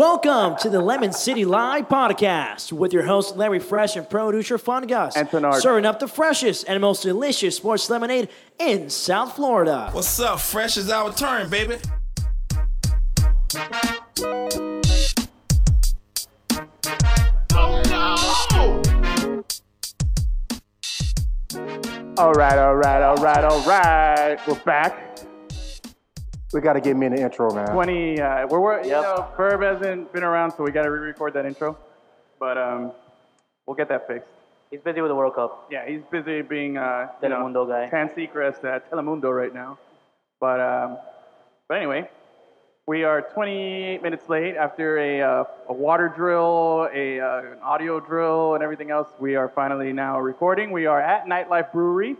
Welcome to the Lemon City Live podcast with your host Larry Fresh and producer Fun Gus. And Bernard. Serving up the freshest and most delicious sports lemonade in South Florida. What's up? Fresh is our turn, baby. All right, all right, all right, all right. We're back. We got to get me in the intro, man. 20, uh, we're, we're you Yep. know, Ferb hasn't been around, so we got to re-record that intro. But um, we'll get that fixed. He's busy with the World Cup. Yeah, he's busy being uh, you know, Telemundo guy. Tansicras at Telemundo right now. But um, but anyway, we are 28 minutes late after a, uh, a water drill, a uh, an audio drill, and everything else. We are finally now recording. We are at Nightlife Brewery.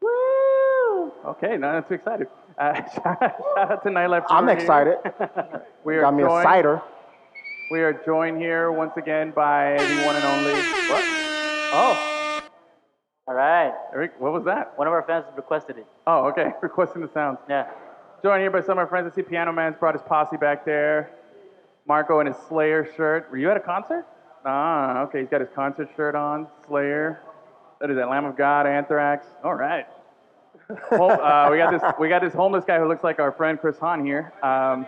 Woo! Okay, now that's too excited. Uh, shout, out, shout out to Nightlife Brewery. I'm excited. we are got me a joined- cider. we are joined here once again by the one and only. What? Oh, All right. Eric, what was that? One of our fans requested it. Oh, okay. Requesting the sounds. Yeah. Joined here by some of our friends. I see Piano Man's brought his posse back there. Marco in his Slayer shirt. Were you at a concert? Ah, okay. He's got his concert shirt on. Slayer. That is that Lamb of God, Anthrax. All right. Hol- uh, we got this. We got this homeless guy who looks like our friend Chris Hahn here. Um,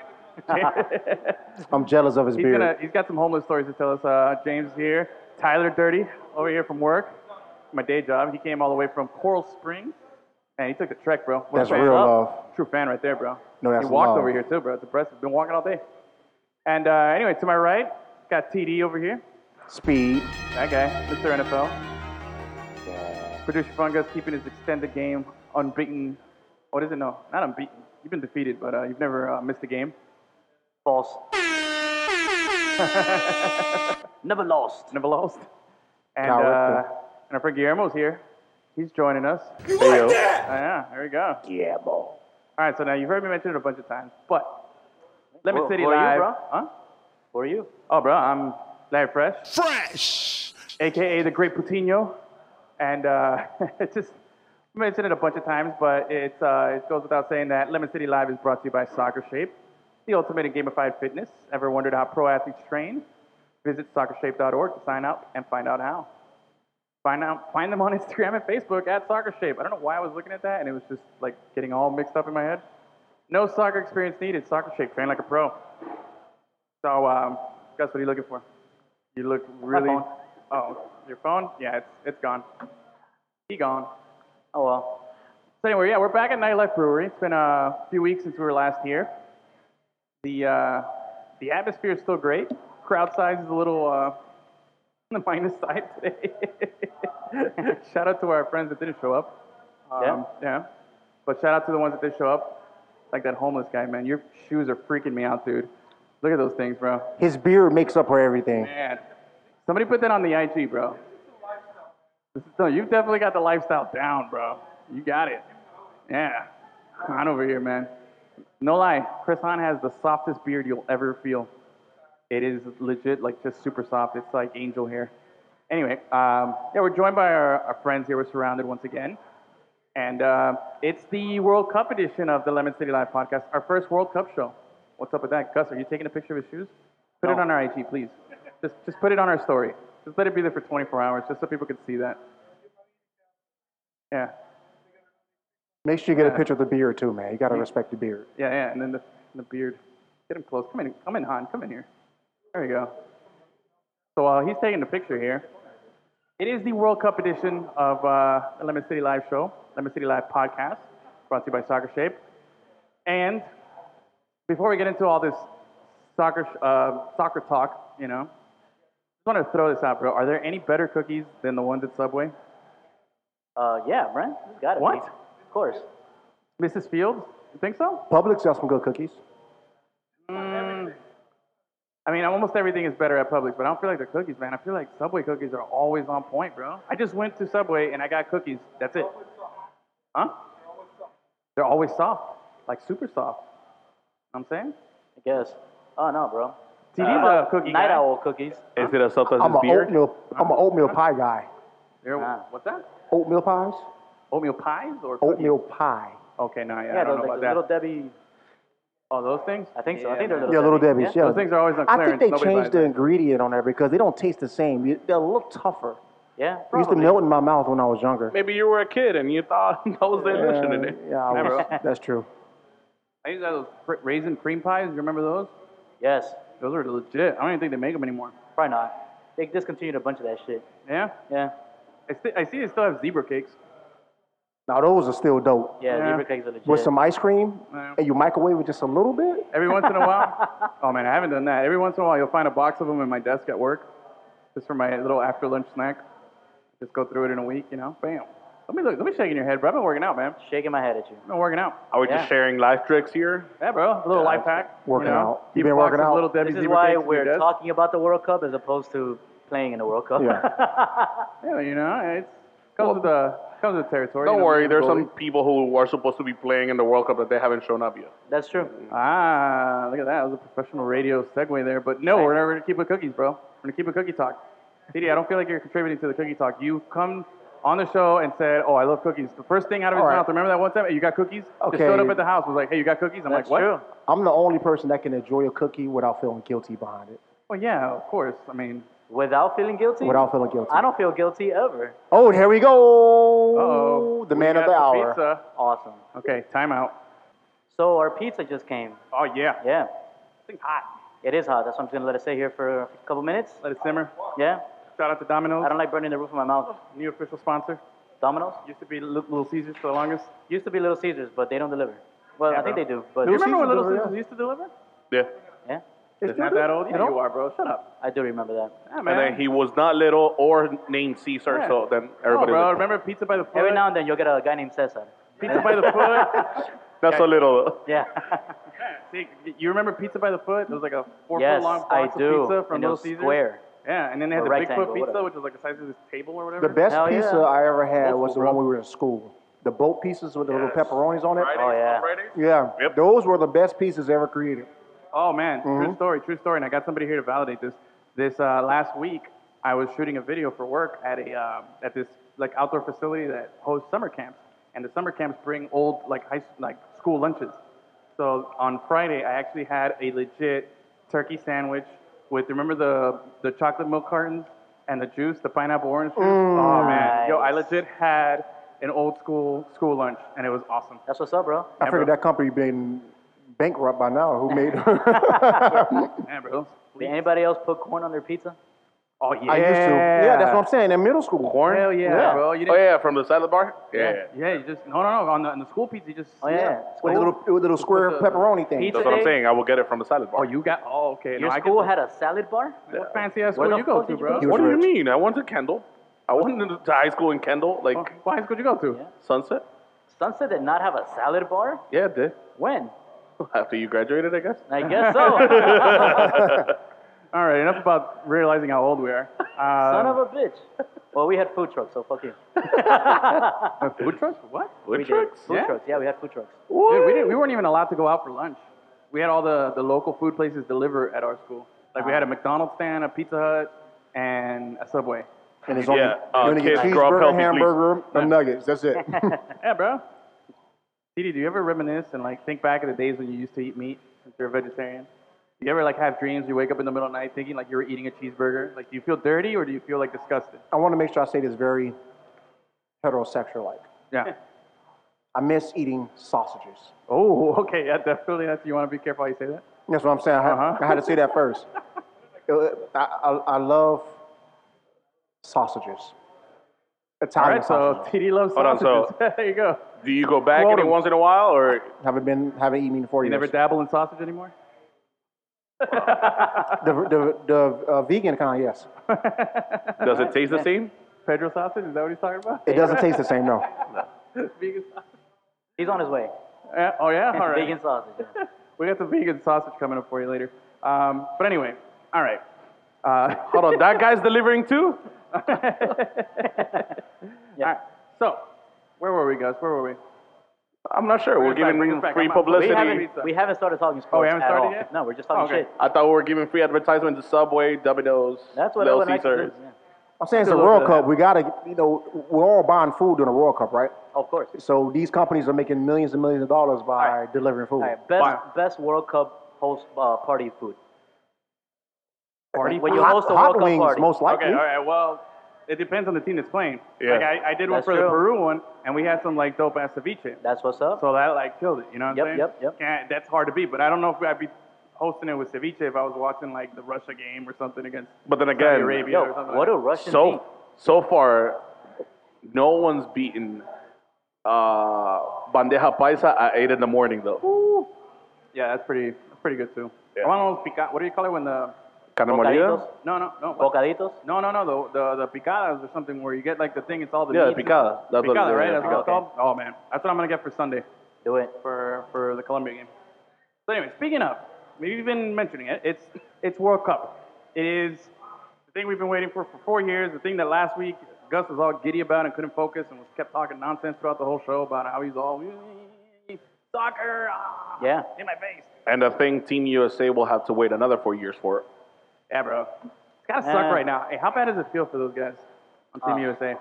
I'm jealous of his he's beard. gonna. He's got some homeless stories to tell us. Uh, James here. Tyler Dirty over here from work. My day job. He came all the way from Coral Springs, and he took the trek, bro. What a That's fan. real Well, love. True fan right there, bro. No, that's He walked love. over here too, bro. It's impressive. Been walking all day. And uh, anyway, to my right, got TD over here. Speed. That guy, Mr. NFL. Producer Fungus keeping his extended game unbeaten. Oh, What is it? No, not unbeaten. You've been defeated, but uh, you've never uh, missed a game. False. Never lost. Never lost. And, Power uh, up. and our friend Guillermo's here. He's joining us. You like that? Oh, yeah, there we go. Yeah, bro. All right, so now you've heard me mention it a bunch of times, but Lemon Who- City who are Live. you, bro? Huh? Who are you? Oh, bro, I'm Larry Fresh. Fresh. aka the Great Putino. And uh, it's just I mentioned it a bunch of times, but it's, uh, it goes without saying that Lemon City Live is brought to you by Soccer Shape, the ultimate in gamified fitness. Ever wondered how pro athletes train? Visit soccershape.org to sign up and find out how. Find out, find them on Instagram and Facebook at Soccer Shape. I don't know why I was looking at that, and it was just like getting all mixed up in my head. No soccer experience needed. Soccer Shape, train like a pro. So, um, Gus, what are you looking for? You look really. phone. Oh, your phone? Yeah, it's it's gone. He gone. Oh well. So anyway, yeah, we're back at Nightlife Brewery. It's been a few weeks since we were last here. The uh, the atmosphere is still great. Crowd size is a little uh, on the minus side today. shout out to our friends that didn't show up. Um, yeah. But shout out to the ones that did show up, like that homeless guy, man. Your shoes are freaking me out, dude. Look at those things, bro. His beard makes up for everything. Man, somebody put that on the IG, bro. This is, no, you've definitely got the lifestyle down, bro. You got it. Yeah, on over here, man. No lie, Chris Hahn has the softest beard you'll ever feel. It is legit, like just super soft. It's like angel hair. Anyway, um, yeah, we're joined by our, our friends here. We're surrounded once again. And uh, it's the World Cup edition of the Lemon City Live podcast, our first World Cup show. What's up with that? Gus, are you taking a picture of his shoes? Put it on our IG, please. Just, just put it on our story. Just let it be there for 24 hours, just so people can see that. Yeah, Make sure you get a picture of the beard too, man. You gotta respect the beard. yeah, yeah. And then the, the beard. Get him close. Come in, come in, Han. Come in here. There you go. So while he's taking the picture here, it is the World Cup edition of uh, the Lemon City Live Show, Lemon City Live Podcast, brought to you by Soccer Shape. And before we get into all this soccer, sh- uh, soccer talk, you know, just want to throw this out, bro. Are there any better cookies than the ones at Subway? Uh, yeah, Brent. You got it. What? Of course. Mrs. Fields, you think so? Publix got some good cookies. I mean, almost everything is better at Publix, but I don't feel like the cookies, man. I feel like Subway cookies are always on point, bro. I just went to Subway and I got cookies. That's it. Huh? They're always soft, like super soft. Know what I'm saying. I guess. Oh no, bro. TD's a Uh, cookie Night guy. owl cookies. Is it a substance I'm an beer? oatmeal. I'm an oatmeal pie guy. They're- Ah. What's that? Oatmeal pies. Oatmeal pies or cookies? Oatmeal pie. Okay, no, yeah, I Yeah, don't those know like about the that. little Debbie. Oh, those things? I think so. I think they're little. Yeah, Little Debbie's. Yeah. Those things are always on I clearance. think they Nobody buys changed the them. ingredient on there because they don't taste the same. You- They're a little tougher. Yeah, It used to probably. melt in my mouth when I was younger. Maybe you were a kid and you thought those didn't listen to me. Yeah, I Never. was, that's true. I used to have those fr- raisin cream pies. You remember those? Yes, Those are legit. I don't even think they make them anymore. probably not. They discontinued a bunch of that shit. Yeah? Yeah, I, st- I see they still have zebra cakes. Now those are still dope. yeah, Yeah. zebra cakes are legit. With some ice cream Yeah. and you microwave it just a little bit. Every once in a while. Oh, man, I haven't done that. Every once in a while, you'll find a box of them in my desk at work just for my little after lunch snack. Just go through it in a week, you know? Bam. Let me look. Let me shake in your head, bro. I've been working out, man. shaking my head at you. I've been working out. Are we Yeah. just sharing life tricks here? Yeah, bro. A little life hack. Working you know? out. You Keep been a box working of out? Little Debbie's This is zebra why cakes in your we're desk. talking about the World Cup as opposed to playing in the World Cup. Yeah, you know, it's comes with the comes with the territory. Don't you know, worry, being a there's some goalie. people who are supposed to be playing in the World Cup that they haven't shown up yet. That's true. Ah, look at that. That was a professional radio segue there. But no, we're never going to keep it cookies, bro. We're going to keep it cookie talk. CD, I don't feel like you're contributing to the cookie talk. You come on the show and said, oh, I love cookies. The first thing out of his All right. mouth, remember that one time? "Hey, You got cookies? Just Okay. showed up at the house, was like, hey, you got cookies? I'm like, That's what? true. I'm the only person that can enjoy a cookie without feeling guilty behind it. Well, yeah, of course. I mean, Without feeling guilty. Without feeling guilty. I don't feel guilty ever. Oh, here we go. oh. The man of the hour. Pizza. Awesome. Okay, timeout. So our pizza just came. Oh, yeah. Yeah, It's hot. it is hot. That's why I'm gonna let it sit here for a couple minutes. Let it simmer. Yeah. Shout out to Domino's, I don't like burning the roof of my mouth. new official sponsor. Domino's Used to be Li- Little Caesars for the longest. used to be Little Caesars, but they don't deliver. Well, I think bro. they do, but Do you remember when Caesars Little deliver, Caesars yeah. used to deliver? Yeah. yeah, It's not that old. Yeah, you are, bro. Shut up. I do remember that. Yeah, And then he was not little or named Caesar, Yeah. so then No, everybody. Oh, bro, was- remember pizza by the foot? Every now and then you'll get a guy named Cesar. pizza by the foot. That's a little. Yeah. Yeah, see, you remember pizza by the foot? It was like a four Yes, foot long I box do. of pizza from And it Little was Caesars. square. Yeah, and then they had Or the rectangle, Bigfoot pizza, whatever. which was like the size of this table or whatever. The best Hell yeah. pizza I ever had Old was the school, one bro. we were in school. The boat pieces with the little pepperonis on it. Oh yeah. Yeah, Yep. those were the best pieces ever created. Oh man, Mm-hmm. true story, true story. And I got somebody here to validate this. This uh, last week, I was shooting a video for work at a um, at this like outdoor facility that hosts summer camps, and the summer camps bring old like high like school lunches. So on Friday, I actually had a legit turkey sandwich with remember the the chocolate milk cartons and the juice, the pineapple orange juice. Mm, Oh man, yo, I Nice. legit had an old school school lunch, and it was awesome. That's what's up, bro. I figured that company been bankrupt by now. Who made? I Yeah, bro. Did anybody else put corn on their pizza? Oh yeah. used to. Yeah, that's what I'm saying. In middle school, corn. Hell yeah, bro. You didn't Oh yeah, from the salad bar. Yeah. Yeah. Yeah, you just no, no, no. On the, on the school pizza, you just. Oh yeah. With a little, with a little square the- pepperoni thing. Pizza That's what I'm day? saying. I will get it from the salad Oh, bar. you got. Oh, okay. Your no, school I had a salad bar? get, what fancy ass Where school the you go fuck to, did you bro? He was What do you rich. mean? I went to Kendall. I went to to high school in Kendall, like Oh, What high school you go to? sunset. Sunset did not have a salad bar? Yeah, it did. When? After you graduated, I guess. I guess so. All right, enough about realizing how old we are. Uh, Son of a bitch. Well, we had food trucks, so fuck you. food trucks? What? We Food did. trucks? Food Yeah? trucks. Yeah, we had food trucks. Dude, we didn't. We weren't even allowed to go out for lunch. We had all the the local food places deliver at our school. Like we had Ah. a McDonald's stand, a Pizza Hut, and a Subway. And it's only Yeah, uh, you only get kids, grow up cheeseburger, healthy, please. hamburger, and nuggets. That's it. Yeah, bro. Didi, do you ever reminisce and like think back at the days when you used to eat meat since you're a vegetarian? Do you ever like have dreams you wake up in the middle of the night thinking like you were eating a cheeseburger? Like do you feel dirty or do you feel like disgusted? I want to make sure I say this very heterosexual like. Yeah. I miss eating sausages. oh, okay, yeah, definitely. That's you want to be careful how you say that. That's what I'm saying. I, had- Uh-huh. I had to say that first. Uh, I, I, I love sausages. All Italian right, so sausages. Didi loves Hold on, sausages. so- there you go. Do you go back Quote every him. once in a while, or haven't been haven't eaten in four You years. never dabble in sausage anymore? the the, the uh, vegan kind, yes. does it taste the same? Pedro sausage? Is that what he's talking about? It doesn't taste the same, no. vegan sausage. He's on his way. Yeah, oh yeah, all right. Vegan sausage. yeah. We got the vegan sausage coming up for you later. Um, but anyway, all right. Uh, Hold on, that guy's delivering too. All right. So, where were we, guys? Where were we? I'm not sure. We're Bring us back, giving bring us back. free I'm out. We publicity. haven't, Pizza. we haven't started talking sports. Oh, we haven't at started all. yet? No, we're just talking Okay. shit. I thought we were giving free advertisement to Subway, Domino's, That's what I Little would like to Caesars. do. yeah. I'm saying it's a Still a World little bit of Cup. We gotta, you know, we're all buying food during the World Cup, right? Of course. So these companies are making millions and millions of dollars by All right. delivering food. All right, best best World Cup host uh, party food. Party When you hot, host a hot World wings, Cup party. most likely. Okay, all right. Well, it depends on the team that's playing. Yeah. Like I, I did one That's for the true. Peru one, and we had some like dope ass ceviche. That's what's up. So that like killed it. You know what Yep, I'm saying? yep, yep. Can't, that's hard to beat. But I don't know if I'd be hosting it with ceviche if I was watching like the Russia game or something against But then Saudi again, Arabia Yo, or something. what like do Russians eat? so so far, no one's beaten uh, bandeja paisa at eight in the morning though. that. Yeah, that's pretty. That's pretty good too. Yeah. I want to pica. What do you call it when the? Carne Bocaditos? molida. No, no, no. what? Bocaditos? No, no, no. The, the the picadas or something where you get like the thing. It's all the Yeah, meat. picada. That's what it Picada, is, right? yeah, That's what it's picada. called. Oh man, that's what I'm gonna get for Sunday. Do it. for for the Colombia game. So anyway, speaking of, maybe you've been mentioning it. It's it's World Cup. It is the thing we've been waiting for for four years. The thing that last week Gus was all giddy about and couldn't focus and was kept talking nonsense throughout the whole show about how he's all soccer ah, Yeah. in my face. And I think Team USA will have to wait another four years for it. Yeah, bro. It's gotta Uh, Eh. suck right now. Hey, how bad does it feel for those guys on Ah. Team USA?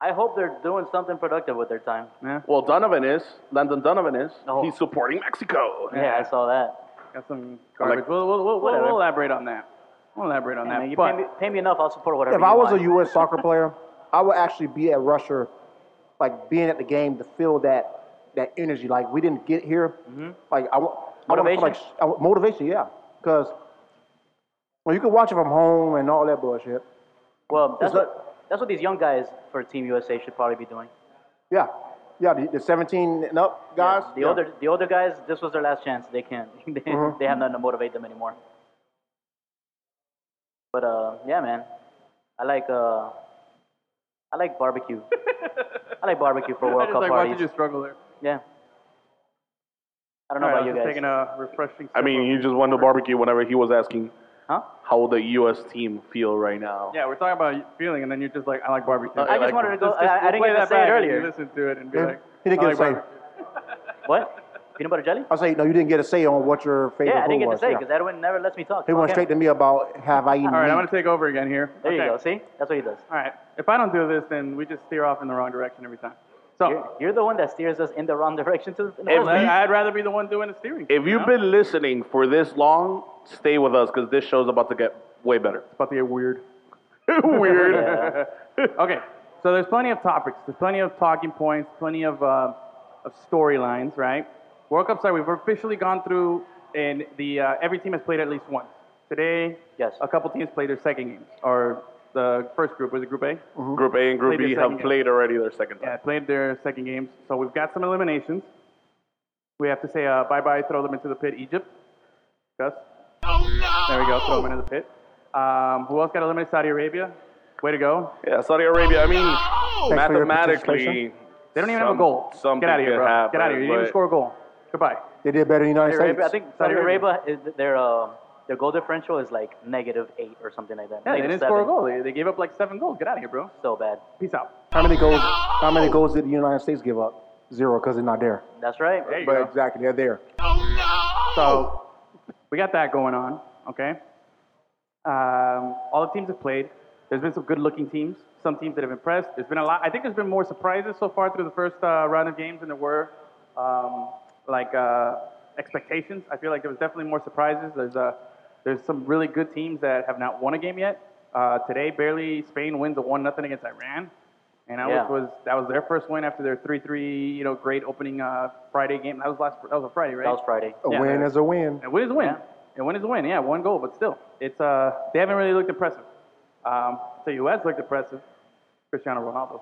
I hope they're doing something productive with their time. Yeah, Well, Donovan is. Landon Donovan is. Oh. He's supporting Mexico. Yeah, I saw that. got some garbage. we'll, we'll, we'll, we'll, Whatever. we'll elaborate on that. We'll elaborate on Hey, man, that. you but pay me, pay me enough, I'll support whatever. If you I was want. a U.S. soccer player, I would actually be at Russia, like being at the game to feel that that energy. Like we didn't get here. Like I, wa- I wanna feel Mm-hmm. Motivation? Like, sh- I wa- motivation, yeah. Because well, you can watch it from home and all that bullshit. well, that's Is that- what, that's what these young guys for Team USA should probably be doing. Yeah, yeah. The, the 17 and up guys. The yeah. older the older guys, this was their last chance. They can't. they, Mm-hmm. they have nothing to motivate them anymore. But uh, yeah, man, I like uh, I like barbecue. I like barbecue for I World just Cup like watching parties. you struggle there. Yeah. I don't know All right, about I was you just guys. taking a refreshing. I sip mean, of- he just went to barbecue whenever he was asking Huh? how would the U.S. team feel right now. Yeah, we're talking about feeling, and then you're just like, I like barbecue. I I just like wanted to them. go. I, I didn't play get to that say it back and earlier. You listen to it and be Yeah. like, He didn't I get like to say. barbecue. What? Peanut butter jelly? I say no. You didn't get a say on what your favorite. Yeah, I didn't food get to was, say yeah. because Edwin never lets me talk. He went Okay. straight to me about have I eaten All right, meat? I'm gonna take over again here. There Okay. you go. See, that's what he does. All right, if I don't do this, then we just steer off in the wrong direction every time. So You're, you're the one that steers us in the wrong direction to. in the If Oh. first I- place. you- I'd rather be the one doing the steering. If you you've know? been listening for this long, stay with us because this show's about to get way better. it's about to get weird. Weird. okay, so there's plenty of topics, there's plenty of talking points, plenty of, uh, of storylines, right? World Cup side, we've officially gone through, and the uh, every team has played at least once. Today, Yes. a couple teams played their second games, or the first group was it Group A? Group A and Group Played B their have second game. played already their second time. Yeah, played their second games. So we've got some eliminations. We have to say uh, bye bye, throw them into the pit, Egypt. Gus. Oh, no. There we go, throw them into the pit. Um, who else got eliminated? Saudi Arabia. Way to go. Yeah, Saudi Arabia. I mean, Thanks for your mathematically, participation. They don't even have a goal. Something Get out of here, could bro. happen, Get out of here. You didn't even but- score a goal. Goodbye. They did better than the United Saudi Arabia, I States. think Saudi Saudi Arabia is their uh, their goal differential is like negative eight or something like that. Yeah, they Negative didn't score a seven. goal. They, they gave up like seven goals. Get out of here, bro. So bad. Peace out. How many goals? How many goals did the United States give up? Zero, because they're not there. That's right. There you But go. exactly, they're there. So we got that going on, okay? Um, all the teams have played. There's been some good looking teams, some teams that have impressed. There's been a lot. I think there's been more surprises so far through the first uh, round of games than there were um, like uh, expectations. I feel like there was definitely more surprises. There's uh, there's some really good teams that have not won a game yet. Uh, today, barely Spain wins a one nothing against Iran, and I Yeah. which was that was their first win after their three three you know great opening uh, Friday game. That was last that was a Friday, right? That was Friday. A Yeah. win is a win. And win is a win. Yeah. And win is a win. Yeah, one goal, but still, it's uh, they haven't really looked impressive. Um, so you has looked impressive, Cristiano Ronaldo.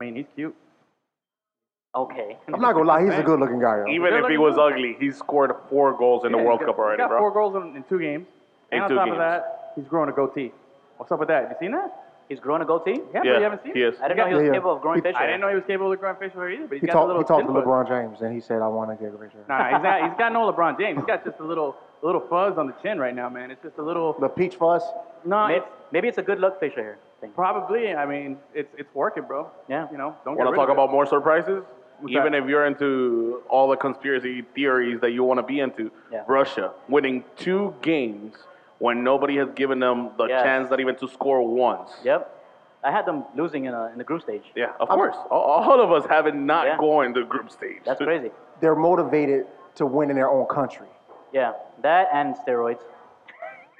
I mean, he's cute. Okay. I'm not gonna lie, he's a good-looking guy. yo. even if he was ugly, he scored four goals in the Yeah, World he's got- Cup already, He's got bro. four goals in, in two games. In and two on top games. of that, he's growing a goatee. What's up with that? You seen that? He's growing a goatee. Yeah, Yeah, but you haven't seen he it. is. I didn't know he was Yeah, yeah. capable of growing He- fish. I didn't know he was capable of growing facial hair either. But he's He got a talked. little He talked to chin buzz. LeBron James, and he said, "I want to get richer." Nah, he's got, he's got no LeBron James. He's got just a little a little fuzz on the chin right now, man. It's just a little. The peach fuzz. No, Maybe, it's maybe it's a good luck fish here. Thing. probably. I mean, it's it's working, bro. Yeah. You know, don't get Want rid to talk of it. about more surprises? What's Even that? if you're into all the conspiracy theories that you want to be into, Yeah. Russia winning two games when nobody has given them the Yes. chance not even to score once. Yep. I had them losing in, a, in the group stage. Yeah, of course. All, all of us haven't not Yeah. going to group stage. That's crazy. They're motivated to win in their own country. Yeah, that and steroids.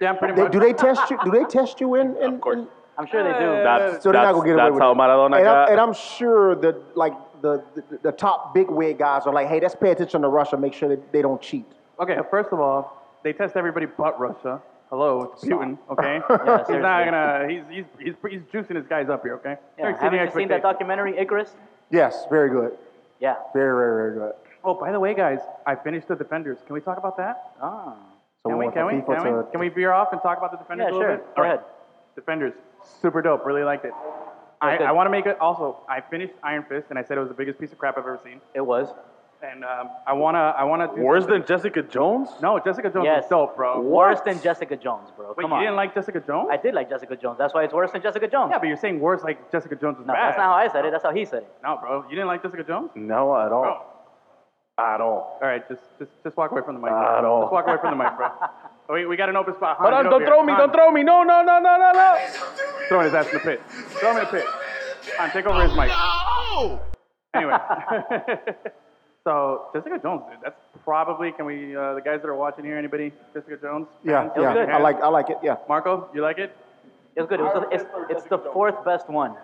Yeah, pretty They, much. do they test you? Do they test you in? in Of course. in- I'm sure they do. That's, So they're not that's, gonna get away that's with how it. Maradona and, got. I'm, and i I'm sure the like the, the the top big wig guys are like, hey, let's pay attention to Russia, make sure that they don't cheat. Okay, first of all, they test everybody but Russia. Hello, it's Putin. Okay, he's not seriously. gonna. He's, he's he's he's juicing his guys up here. Okay. Yeah. They're Haven't you exceeding seen that expectations. documentary, Icarus? Yes, very good, Yeah. very very very good. Oh, by the way, guys, I finished the defenders. Can we talk about that? Ah. So Can we? want Can we? the FIFA Can we? to- Can we veer off and talk about the defenders Yeah, a little sure. bit? Go All right. ahead. Defenders, super dope. Really liked it. I, Okay. I want to make it. Also, I finished Iron Fist, and I said it was the biggest piece of crap I've ever seen. It was. And um, I wanna, I wanna. Do Worse than Jessica Jones? No, Jessica Jones Yes. is dope, bro. Worse than Jessica Jones, bro. Wait, Come you on. didn't like Jessica Jones? I did like Jessica Jones. That's why it's worse than Jessica Jones. yeah, but you're saying worse like Jessica Jones is no, bad. that's not how I said it. That's how he said it. No, bro, you didn't like Jessica Jones? No, at all. Bro. At all. All right, just just just walk away from the mic. I bro. don't. Just walk away from the mic, bro. Oh, we, we got an open spot. Han, Hold on, get uh, don't over throw here. me, Han, don't throw me. No, no, no, no, no, no. Throwing his ass in the pit. Throw him in the pit. Han, take over his mic. No! Anyway. so Jessica Jones, dude, that's probably can we uh, the guys that are watching here, anybody? Jessica Jones? Yeah, fans? yeah, Hands? I like I like it. Yeah, Marco, you like it? It's good. It was, it's, it's the fourth best one.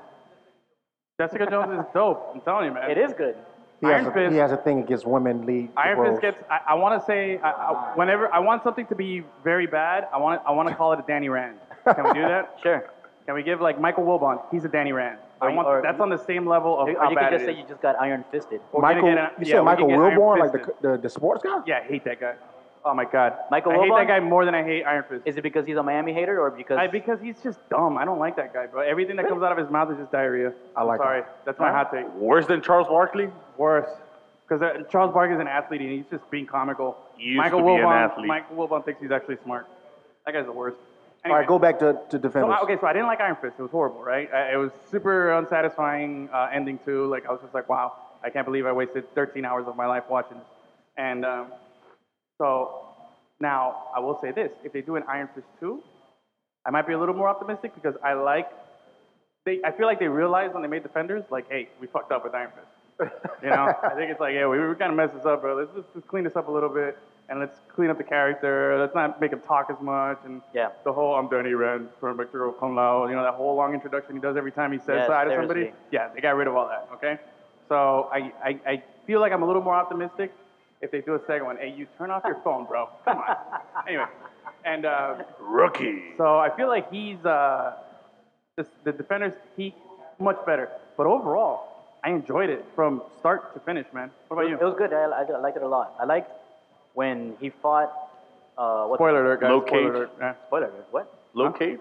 Jessica Jones is dope. I'm telling you, man. It is good. he Iron has, a, Fist. he has a thing against women league. Iron roles. Fist gets. I, I want to say I, I, whenever I want something to be very bad, I want I want to call it a Danny Rand. Can we do that? Sure. Can we give like Michael Wilbon? He's a Danny Rand. I you- want or- that's on the same level of Or how you could bad just it say is. you just got iron fisted. We're gonna Michael, get a- you yeah, said we Michael can get Iron Wilborn, like the, Fisted. the the sports guy. Yeah, I hate that guy. Oh my god, Michael I hate Wilbon? that guy more than I hate Iron Fist. Is it because he's a Miami hater or because I, because he's just dumb. I don't like that guy, bro. Everything that comes out of his mouth is just diarrhea. I like am sorry, him. that's my hot take. Worse than Charles Barkley? Worse, because uh, Charles Barkley's an athlete and he's just being comical. He used Michael to be an Wilbon, athlete. Michael Wilbon thinks he's actually smart. That guy's the worst. All Anyway. right, go back to to So, defenders. I- okay, so I didn't like Iron Fist. It was horrible, right? I, it was super unsatisfying uh, ending too. Like I was just like, wow, I can't believe I wasted 13 hours of my life watching this. And um, so now I will say this: if they do an Iron Fist 2, I might be a little more optimistic because I like. They, I feel like they realized when they made Defenders, like, hey, we fucked up with Iron Fist. You know, I think it's like, yeah, we, we kind of messed this up, bro. Let's just, just clean this up a little bit and let's clean up the character. Let's not make him talk as much. And Yeah. the whole I'm Danny Rand from Victor Cum Lao, you know, that whole long introduction he does every time he says Yes, hi to somebody. seriously. Yeah, they got rid of all that, okay? So I, I, I feel like I'm a little more optimistic if they do a second one. Hey, you turn off your phone, bro. Come on. anyway, and uh, Rookie. so I feel like he's, uh, the, the defenders, he much better. But overall, I enjoyed it from start to finish, man. What about It you? was good. I, I, I liked it a lot. I liked when he fought. Uh, what Spoiler alert, guys. Low Spoiler cage. alert. Yeah. Spoiler alert. What? Luke Cage?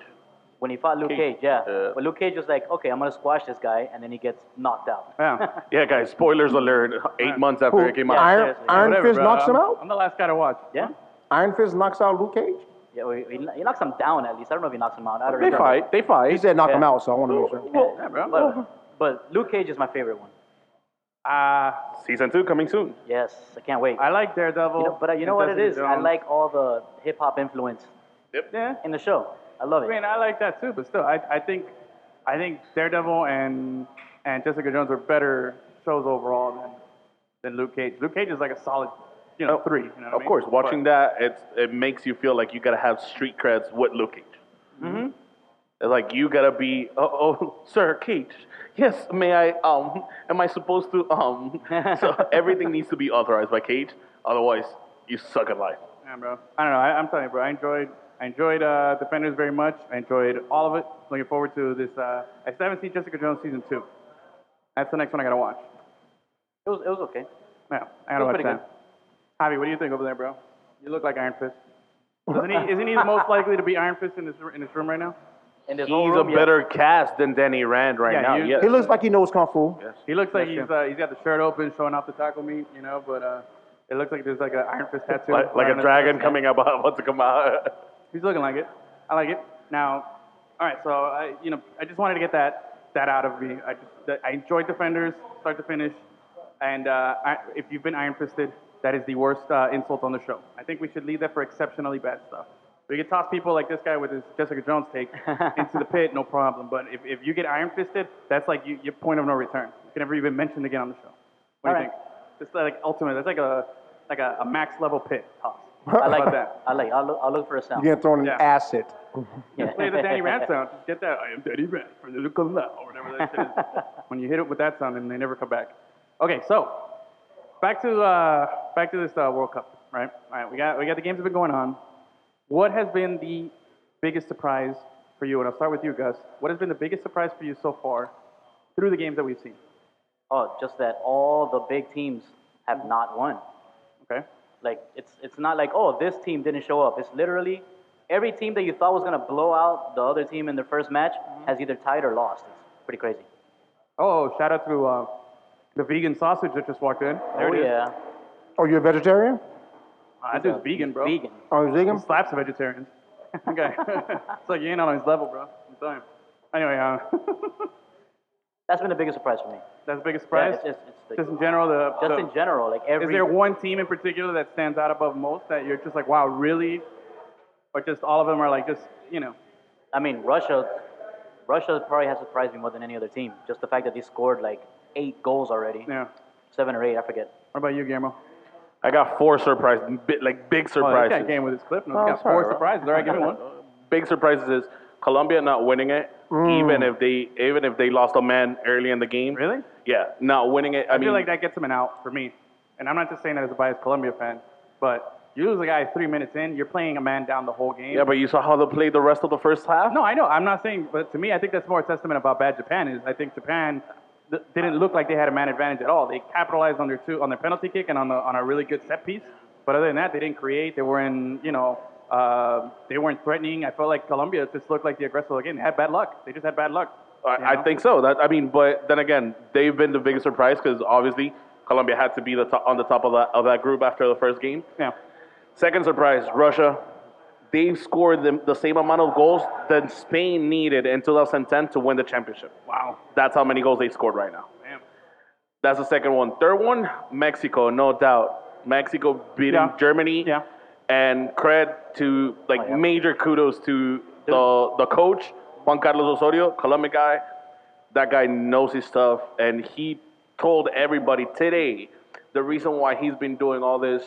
When he fought Luke Cage. Cage, yeah. Yeah. But Luke Cage was like, okay, I'm gonna squash this guy, and then he gets knocked out. Yeah. Yeah, guys, spoilers alert. Uh, Eight months after it came out. Yeah. Iron, seriously. Iron Whatever, Fist bro. knocks him I'm- out. I'm the last guy to watch. Yeah. Iron Fist knocks out Luke Cage. Yeah. well, He, he knocks him down at least. I don't know if he knocks him out. I don't They remember. fight. They fight. He said knock him Yeah. out, so I want to make sure. Yeah, bro. But, but Luke Cage is my favorite one. Uh, Season two coming soon. Yes, I can't wait. I like Daredevil. You know- but uh, you know and what it Jessica is? I Jones. like all the hip hop influence Yeah. in the show. I love I it. mean, I like that too. But still, I, I think, I think Daredevil and and Jessica Jones are better shows overall than than Luke Cage. Luke Cage is like a solid, you Oh, know, three. You know what I Of mean? course, watching But- that, it's, it makes you feel like you gotta have street creds with Luke Cage. Mm-hmm. It's like you gotta be, oh, oh, Sir Cage. Yes, may I? Um, am I supposed to? Um, so everything needs to be authorized by Cage. Otherwise, you suck at life. Yeah, bro. I don't know. I, I'm telling you, bro. I enjoyed. I enjoyed uh, Defenders very much. I enjoyed all of it. Looking forward to this. Uh, I still haven't seen Jessica Jones season two. That's the next one I gotta watch. It was, it was okay. Yeah, I gotta That's watch pretty that. Javi, what do you think over there, bro? You look like Iron Fist. Isn't he, isn't he the most likely to be Iron Fist in this, in this room right now? In this He's whole a room, yeah. better cast than Danny Rand right Yeah, now. you- yes. He looks like he knows kung fu. He looks like That's he's, uh, he's got the shirt open, showing off the taco meat, you know, but uh, it looks like there's like an Iron Fist tattoo. like, like a dragon coming up, about to come out. He's looking like it. I like it. Now, all right, so I, you know, I just wanted to get that that out of me. I just that I enjoyed Defenders, start to finish, and uh, I, if you've been Iron Fisted, that is the worst uh, insult on the show. I think we should leave that for exceptionally bad stuff. We could toss people like this guy with his Jessica Jones take into the pit, no problem. But if, if you get iron fisted, that's like you, your point of no return. You can never even mentioned again on the show. What do All you right. think? It's like ultimate. That's like a like a, a max level pit toss. I How like about that. I like. I'll look, I'll look for a sound. You're getting thrown in Yeah. acid. Yeah. Play the Danny Rand sound. Just get that. I am Danny Rand from the local law, or whatever that shit is. when you hit it with that sound, then they never come back. Okay, so back to uh, back to this uh, World Cup, right? All right, we got we got the games that have been going on. What has been the biggest surprise for you? And I'll start with you, Gus. What has been the biggest surprise for you so far through the games that we've seen? Oh, just that all the big teams have not won. Okay. Like it's it's not like oh this team didn't show up. It's literally every team that you thought was gonna blow out the other team in their first match Mm-hmm. has either tied or lost. It's pretty crazy. Oh, shout out to uh, the vegan sausage that just walked in. There oh it is. yeah, Oh, you're a vegetarian? Ah, that dude's vegan, bro. vegan. Oh, you vegan? slaps the vegetarians. okay. it's like you ain't on his level, bro. I'm telling you. Anyway, uh, That's been the biggest surprise for me. that's the biggest surprise. Yeah, it's just- it's the- just in general, the, Just the- in general, like every Is there one team in particular that stands out above most that you're just like, wow, really? Or just all of them are like, just you know, I mean, Russia, Russia probably has surprised me more than any other team. Just the fact that they scored like eight goals already, yeah. seven or eight, I forget. What about you, Guillermo? I got four surprises, bi- like Oh, big this surprises. guy came with his clip. No, Oh, he got sorry, four bro. surprises. All right, give me one. Big surprises is Colombia not winning it, even if they even if they lost a man early in the game. Really? Yeah, not winning it. I, I mean, feel like that gets him an out for me. And I'm not just saying that as a biased Columbia fan, but you lose a guy three minutes in, you're playing a man down the whole game. yeah, but you saw how they played the rest of the first half. No, I know. I'm not saying, but to me, I think that's more a testament about bad Japan is. I think Japan th- didn't look like they had a man advantage at all. They capitalized on their two on their penalty kick and on the, on a really good set piece. But other than that, they didn't create. They weren't, you know, uh, they weren't threatening. I felt like Colombia just looked like the aggressor again. They had bad luck. They just had bad luck. you I, I know? think so. That I mean, but then again, they've been the biggest surprise because obviously Colombia had to be the top, on the top of that of that group after the first game. Yeah. Second surprise, Russia. They scored the, the same amount of goals that Spain needed in 2010 to win the championship. Wow. That's how many goals they scored right now. Damn. That's the second one. Third one, Mexico, no doubt. Mexico beating Yeah. Germany. Yeah. And cred to like Oh, yeah. major kudos to the the coach, Juan Carlos Osorio, Colombian guy. That guy knows his stuff and he told everybody today the reason why he's been doing all this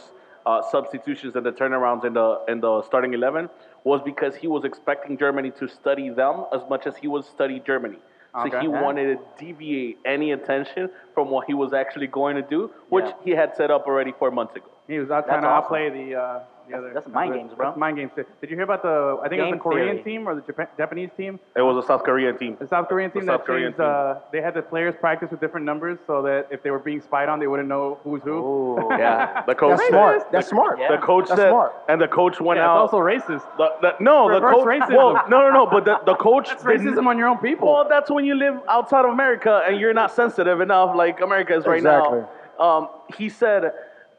uh, substitutions and the turnarounds in the in the starting eleven was because he was expecting Germany to study them as much as he would study Germany. So Okay. he Yeah. wanted wanted to deviate any attention from what he was actually going to do, which Yeah. he had set up already four months ago. He was out trying to awesome. outplay the uh, the other. that's mind games, bro. That's mind games. Did you hear about the? I think it was Game the Korean theory. team or the Japan, Japanese team It was a South Korean team. The South Korean team The South that Korean changed, uh, they had the players practice with different numbers so that if they were being spied on, they wouldn't know who's who. Ooh. Yeah, the coach. That's smart. That's smart. Yeah. The coach That's said, smart. and the coach went Yeah, out. it's also racist. the, the, no, the Reverse coach. racism. Well, no, no, no. But the, the coach. That's didn't- racism on your own people. Well, that's when you live outside of America and you're not sensitive enough, like America is right Exactly. now. Um, he said,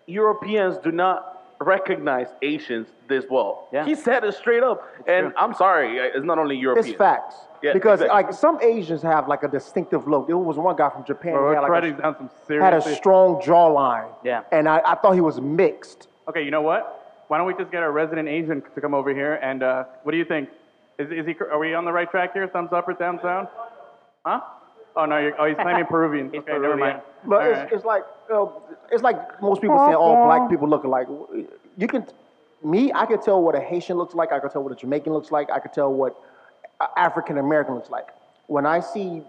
Europeans do not recognize Asians this well. Yeah. He said it straight up, and I'm sorry, it's not only Europeans. It's facts. Yeah, because exactly. like some Asians have like a distinctive look. There was one guy from Japan Bro, who we're had, like, cutting a, down some serious. had a strong jawline. Yeah. And I, I thought he was mixed. okay, you know what? Why don't we just get our resident Asian to come over here? And uh, what do you think? Is, is he? Are we on the right track here? Thumbs up or thumbs down? Huh? Oh no! You're, oh, he's claiming Peruvian. He's okay, never mind. But All it's, right. it's like you know, it's like most people say, all black people look alike. You can, me, I could tell what a Haitian looks like. I could tell what a Jamaican looks like. I could tell what a African American looks like. When I see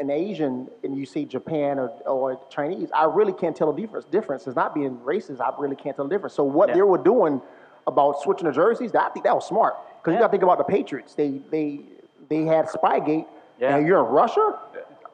an Asian and you see Japan or, or Chinese, I really can't tell the difference. Difference is not being racist. I really can't tell the difference. So what they were doing about switching the jerseys, I think that was smart. Because you got to think about the Patriots. They they they had Spygate. Yeah. And you're in Russia.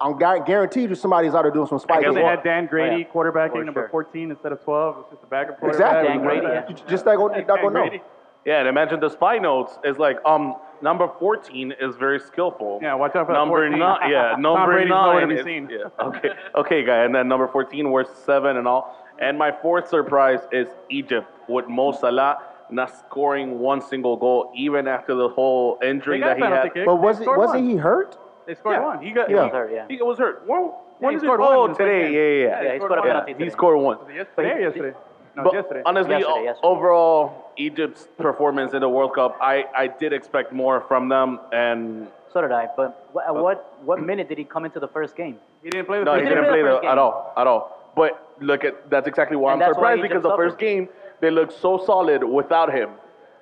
I'm gu- guaranteed you somebody's out there doing some spy Because gate. they had Dan Grady yeah. quarterbacking For number sure. 14 instead of 12. It's just a backup quarterback. Exactly. Dan Grady, yeah. You Just not gonna, not Dan gonna Grady. know. Yeah, and imagine the spy notes is like um number fourteen is very skillful. Yeah, watch out for that number 14. nine. Yeah, Tom number Brady's nine. nowhere to be is- seen. yeah, okay, okay, guy. And then number fourteen worth seven and all. And my fourth surprise is Egypt with Mo Salah not scoring one single goal even after the whole They injury got a that he penalty had. kick. But They was it, scored wasn't one. he hurt? They scored one. He got Yeah. he, was hurt, yeah. He was hurt. When, Yeah, when he did it- scored one Oh, in the today. second. Yeah, yeah, Yeah, he yeah. scored a one. penalty He today. scored one. Was it yesterday or yesterday? No, But yesterday. honestly, Yesterday, o- yesterday. overall, Egypt's performance in the World Cup, I, I did expect more from them, and So did I. But wh- Uh, at what what minute did he come into the first game? He didn't play the no, first he didn't didn't play play the the, first at game. all, at all. But look at that's exactly why And I'm that's why surprised Egypt because the suffered. first game they looked so solid without him.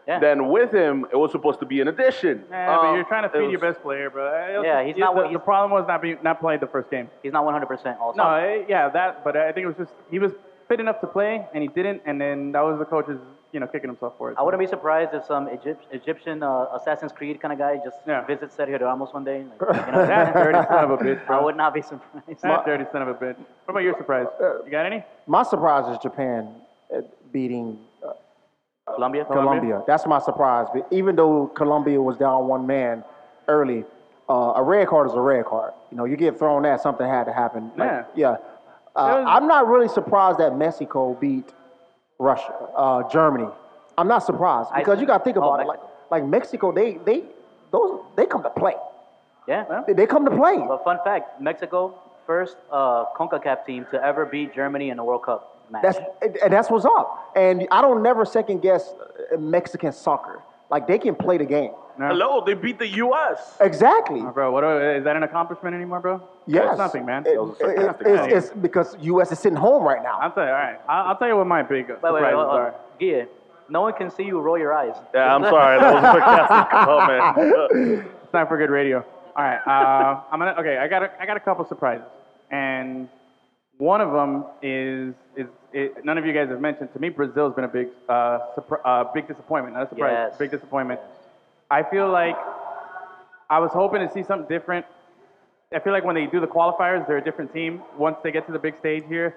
Yeah. Then with him, it was supposed to be an addition. Yeah, Oh. but Um, you're trying to it feed your was- best player, bro. Eh, it Yeah, was- he's it- not The, what he's- the problem was not being not playing the first game. He's not 100% also. No, eh, yeah, that. But I think it was just he was fit enough to play, and he didn't, and then that was the coach's, you know, kicking himself for it. I wouldn't be surprised if some Egypt, Egyptian uh, Assassin's Creed kind of guy just Yeah. visits Sergio Ramos one day. Like, you know, what I'm that saying? dirty son of a bitch, I bro. would not be surprised. That dirty son of a bitch. What about your surprise? Uh, You got any? My surprise is Japan uh, beating uh, Colombia? Colombia. That's my surprise. But even though Colombia was down one man early, uh, a red card is a red card. You know, you get thrown that, something had to happen. Like, yeah. That Uh, was- I'm not really surprised that Mexico beat Russia, uh, Germany. I'm not surprised because you got to think Oh, about it. Like, Mexico. like Mexico, they they those they come to play. Yeah. They- They come to play. But fun fact Mexico, first uh, CONCACAF team to ever beat Germany in a World Cup match. That's and and that's what's up. And I don't never second guess uh, Mexican soccer. Like they can play the game. Hello, they beat the U.S. Exactly. Oh, Bro, what are, is that an accomplishment anymore, bro? Yes. It's nothing, man. It- was a it- sarcastic it's, comment. it's because U.S. is sitting home right now. I'll tell you. All right, I'll, I'll tell you what my big wait, wait, wait, surprises hold on. are. Gia, no one can see you roll your eyes. Yeah, I'm sorry, that was a sarcastic comment. It's time for good radio. All right, uh, I'm gonna. Okay, I got a, I got a couple surprises, and one of them is is it, none of you guys have mentioned. To me, Brazil's been a big uh, surpri- uh, big disappointment. Not a surprise, Yes. big disappointment. I feel like I was hoping to see something different. I feel like when they do the qualifiers, they're a different team. Once they get to the big stage here,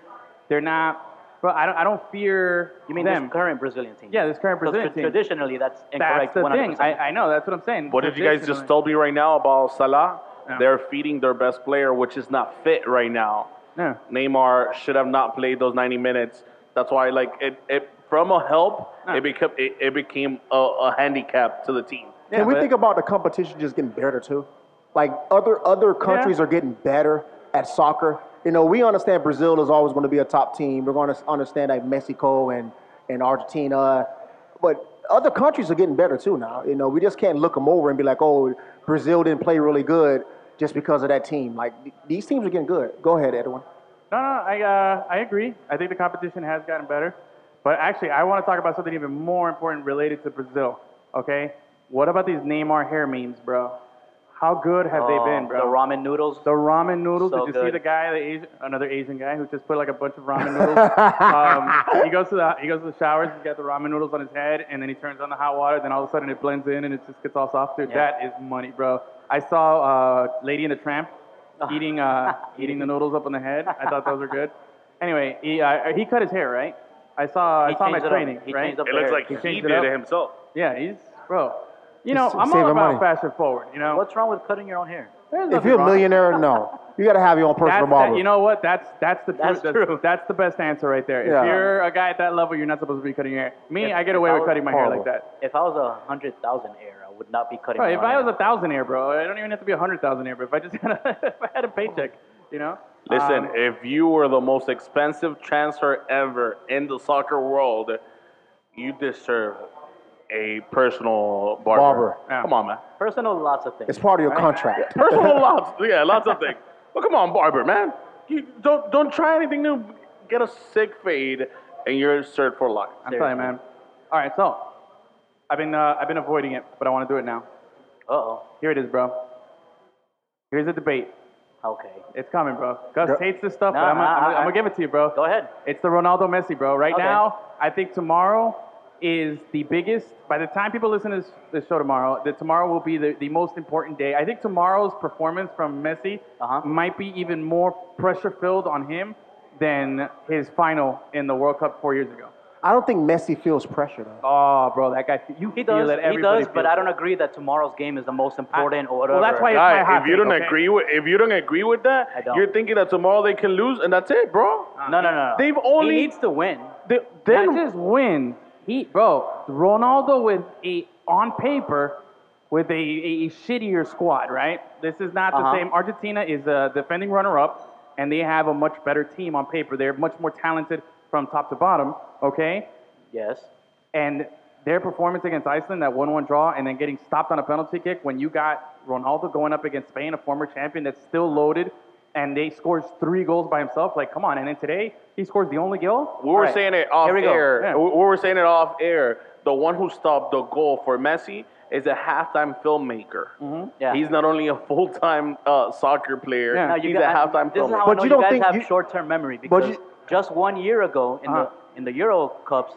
they're not. But I don't. I don't fear You mean them. this current Brazilian team? Yeah, this current 'Cause Brazilian tra- team. Traditionally, that's That's incorrect. the 100%. thing. I, I know. That's what I'm saying. What did you guys Traditionally. just told me right now about Salah? Yeah. They're feeding their best player, which is not fit right now. Yeah. Neymar should have not played those 90 minutes. That's why, like, it, it from a help, it became it, it became a, a handicap to the team. Can we but- think about the competition just getting better too? Like other other countries Yeah. are getting better at soccer. You know, we understand Brazil is always going to be a top team. We're going to understand like Mexico and and Argentina, but other countries are getting better too now. You know, we just can't look them over and be like, oh, Brazil didn't play really good just because of that team. Like th- these teams are getting good. Go ahead, Edwin. No, no, I, uh, I agree. I think the competition has gotten better. But actually, I want to talk about something even more important related to Brazil. Okay? What about these Neymar hair memes, bro? How good have Oh, they been, bro? The ramen noodles. The ramen noodles. Oh, So Did you see good. the guy, the Asian, another Asian guy who just put like a bunch of ramen noodles? um, he goes to the he goes to the showers. He's got the ramen noodles on his head, and then he turns on the hot water. Then all of a sudden it blends in, and it just gets all soft. Dude, Yeah. that is money, bro. I saw uh, Lady and the Tramp Ah. eating uh, eating the noodles up on the head. I thought those were good. Anyway, he uh, he cut his hair, right? I saw He I saw him at changed it up. training, He right? changed up It the looks hair. like He he changed did it it up. himself. Yeah, he's bro. You know, He's I'm all saving about money. fashion forward. You know, What's wrong with cutting your own hair? There's If nothing you're a wrong. millionaire, no, you got to have your own personal That's barber. that, you know what? That's that's the That's truth. That's, true. that's the best answer right there. Yeah. If you're a guy at that level, you're not supposed to be cutting your hair. Me, If- I get if away I with was- cutting my hair Horrible. like that. If I was a 100,000 heir, I would not be cutting Bro, my if own I was hair. a thousand here, bro, I don't even have to be a hundred thousand here. But if I just had a, if I had a paycheck, you know. Listen, Um, if you were the most expensive transfer ever in the soccer world, you deserve a personal barber. Barber. Yeah. Come on, man. Personal, lots of things. it's part of your contract. Personal lots, yeah, lots of things. But come on, barber, man. You don't don't try anything new. Get a sick fade, and you're set for life. I'm telling you, man. All right, so I've been uh, I've been avoiding it, but I want to do it now. Uh-oh. Here it is, bro. Here's a debate. Okay. It's coming, bro. Gus Go- hates this stuff, No, but I'm gonna, I- I'm, gonna, I- I'm gonna give it to you, bro. Go ahead. It's the Ronaldo Messi, bro. Right Okay. now, I think tomorrow is the biggest. By the time people listen to this, this show tomorrow, that tomorrow will be the, the most important day. I think tomorrow's performance from Messi Uh-huh. might be even more pressure filled on him than his final in the World Cup four years ago. I don't think Messi feels pressure though. Oh, bro, that guy. You He feel does, it. he Everybody does, but feels I it. don't agree that tomorrow's game is the most important or whatever. well, that's why it's my hot Guy, if you take, don't okay? agree with if you don't agree with I that, don't. you're thinking that tomorrow they can lose, and that's it, bro. No, no, no. no. They've only- He needs to win. They- Not then just win. He, bro, Ronaldo with a on paper with a, a, a shittier squad, right? This is not the Uh-huh. same. Argentina is a defending runner-up, and they have a much better team on paper. They're much more talented from top to bottom. Okay, Yes. and their performance against Iceland, that 1 1 draw, and then getting stopped on a penalty kick when you got Ronaldo going up against Spain, a former champion that's still loaded, and they scores three goals by himself. Like, come on. And then today, he scores the only goal. We were All right. saying it off Here we go. air. Yeah. We we were saying it off air. The one who stopped the goal for Messi is a halftime filmmaker. Yeah. He's not only a full time uh, soccer player, Yeah. Now, he's guys- a halftime This is filmmaker. how But I you know you, don't guys think have you- short-term memory because you- just one year ago in Uh-huh. the in the Euro Cups,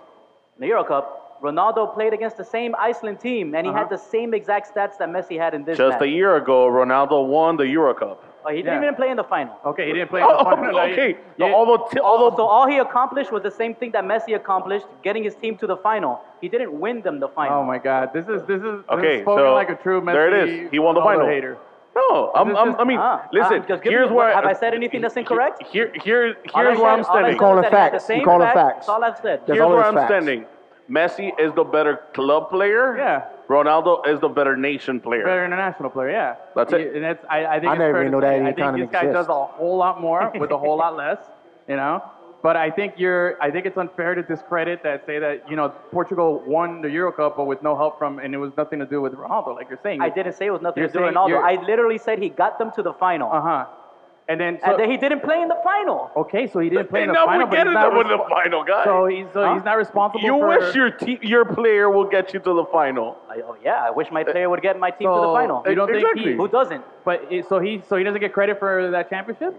in the Euro Cup, Ronaldo played against the same Iceland team, and he had the same exact stats that Messi had in this Just match. a year ago, Ronaldo won the Euro Cup. Oh, he didn't Yeah. even play in the final. Okay, he didn't play. Oh, in the final. Like, okay. yeah. So although, t- although So all he accomplished was the same thing that Messi accomplished, getting his team to the final. He didn't win them the final. Oh my God! This is this is this Okay, is spoken so like a true Messi. there it is. He won the Ronaldo final. hater. No, I'm, This I'm, is- I mean, Ah, listen. ah, just give here's me- where have I said anything that's incorrect? Here, here, All I said- here's where I'm all I standing. said Calling was that he had the facts. same You calling facts. facts. That's all I've said. That's Here's all where his I'm facts. standing. Messi is the better club player. Yeah. Ronaldo is the better nation player. Better international player, yeah. That's it. He- And that's I, I think I it's never fair even to knew that say. even I think kinda this guy does exists. a whole lot more with a whole lot less, you know. But I think you're. I think it's unfair to discredit that. Say that you know Portugal won the Euro Cup, but with no help from, and it was nothing to do with Ronaldo, like you're saying. I didn't say it was nothing You're to do saying with Ronaldo. you're- I literally said he got them to the final, Uh huh. And then, so, and then he didn't play in the final. okay, so he didn't play in the Hey, now final. we but get he's it. not That was the respo- final guy. So he's so Huh? he's not responsible. you for, wish your te- your player will get you to the final. I, oh yeah, I wish my Eh, player would get my team to So, the final. You don't Exactly. think he? Who doesn't? But it, so he so he doesn't get credit for that championship.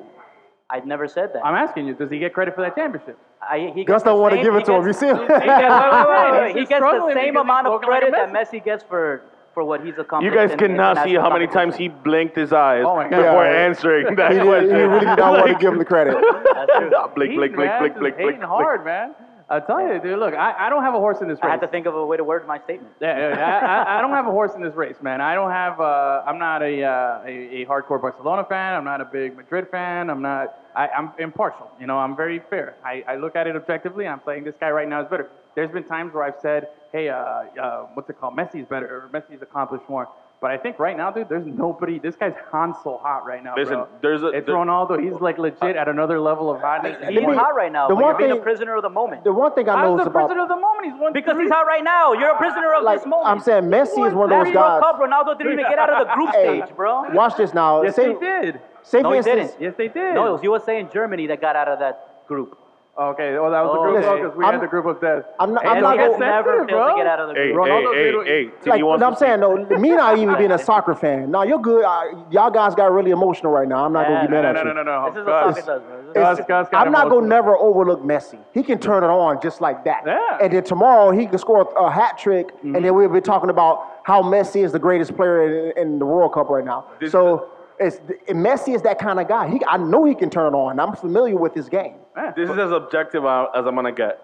I never said that. I'm asking you, does he get credit for that championship? I, he Gus gets the don't want to same- give he it to him. You gets- see him? He gets, wait, wait, wait, wait, He's he just gets the struggling same because he's amount of spoken like a credit that Messi. Messi gets for for what he's You accomplished. guys in cannot see international how many times competition. he blinked his eyes Oh my God. before Yeah. answering that He, did- he question. really did not want to give him the credit. That's true. Blink, blink, He's blink, mad, blink, just blink, hating blink. hard, man. I tell you, dude. Look, I, I don't have a horse in this race. I had to think of a way to word my statement. Yeah, yeah, I, I, I don't have a horse in this race, man. I don't have. Uh, I'm not a, uh, a a hardcore Barcelona fan. I'm not a big Madrid fan. I'm not. I, I'm impartial. You know, I'm very fair. I, I look at it objectively. And I'm saying this guy right now is better. There's been times where I've said, hey, uh, uh, what's it called? Messi's better. Or Messi's accomplished more. But I think right now, dude, there's nobody. This guy's Hansel hot right now. Listen, bro. there's a- It's there- Ronaldo. He's like legit at another level of hotness. He's hot right now. the but one you're being a thing- prisoner of the moment. The one thing I I'm know is the about prisoner of the moment. He's one Because he's hot right now. You're a prisoner of like this moment. I'm saying, Messi is one of Last those World guys. Cup, Ronaldo didn't even get out of the group Hey, stage, bro. Watch this now. Yes, he say, did. say No, for he instance, didn't. Yes, they did. No, it was USA and Germany that got out of that group. Okay, well, that was the Oh, group listen, because we I'm- had the group of death. I'm not. And I'm not. he has Gonna, gonna- never sensitive, failed to bro. get out of the Hey, group. hey, Ronaldo hey, did- hey. Did like, he want no, I'm to- saying though, me not even being a soccer fan. No, you're good. I, y'all guys got really emotional right now. I'm not gonna Yeah, be mad no, at you. no. This is what soccer does, bro. This is- Gus, Gus got I'm not emotional. gonna never overlook Messi. He can turn it on just like that. Yeah. And then tomorrow he can score a, a hat trick, and then we'll be talking about how Messi is the greatest player in, in the World Cup right now. so it's and Messi is that kind of guy. He, I know he can turn it on. I'm familiar with his game. This is as objective I- as I'm gonna get.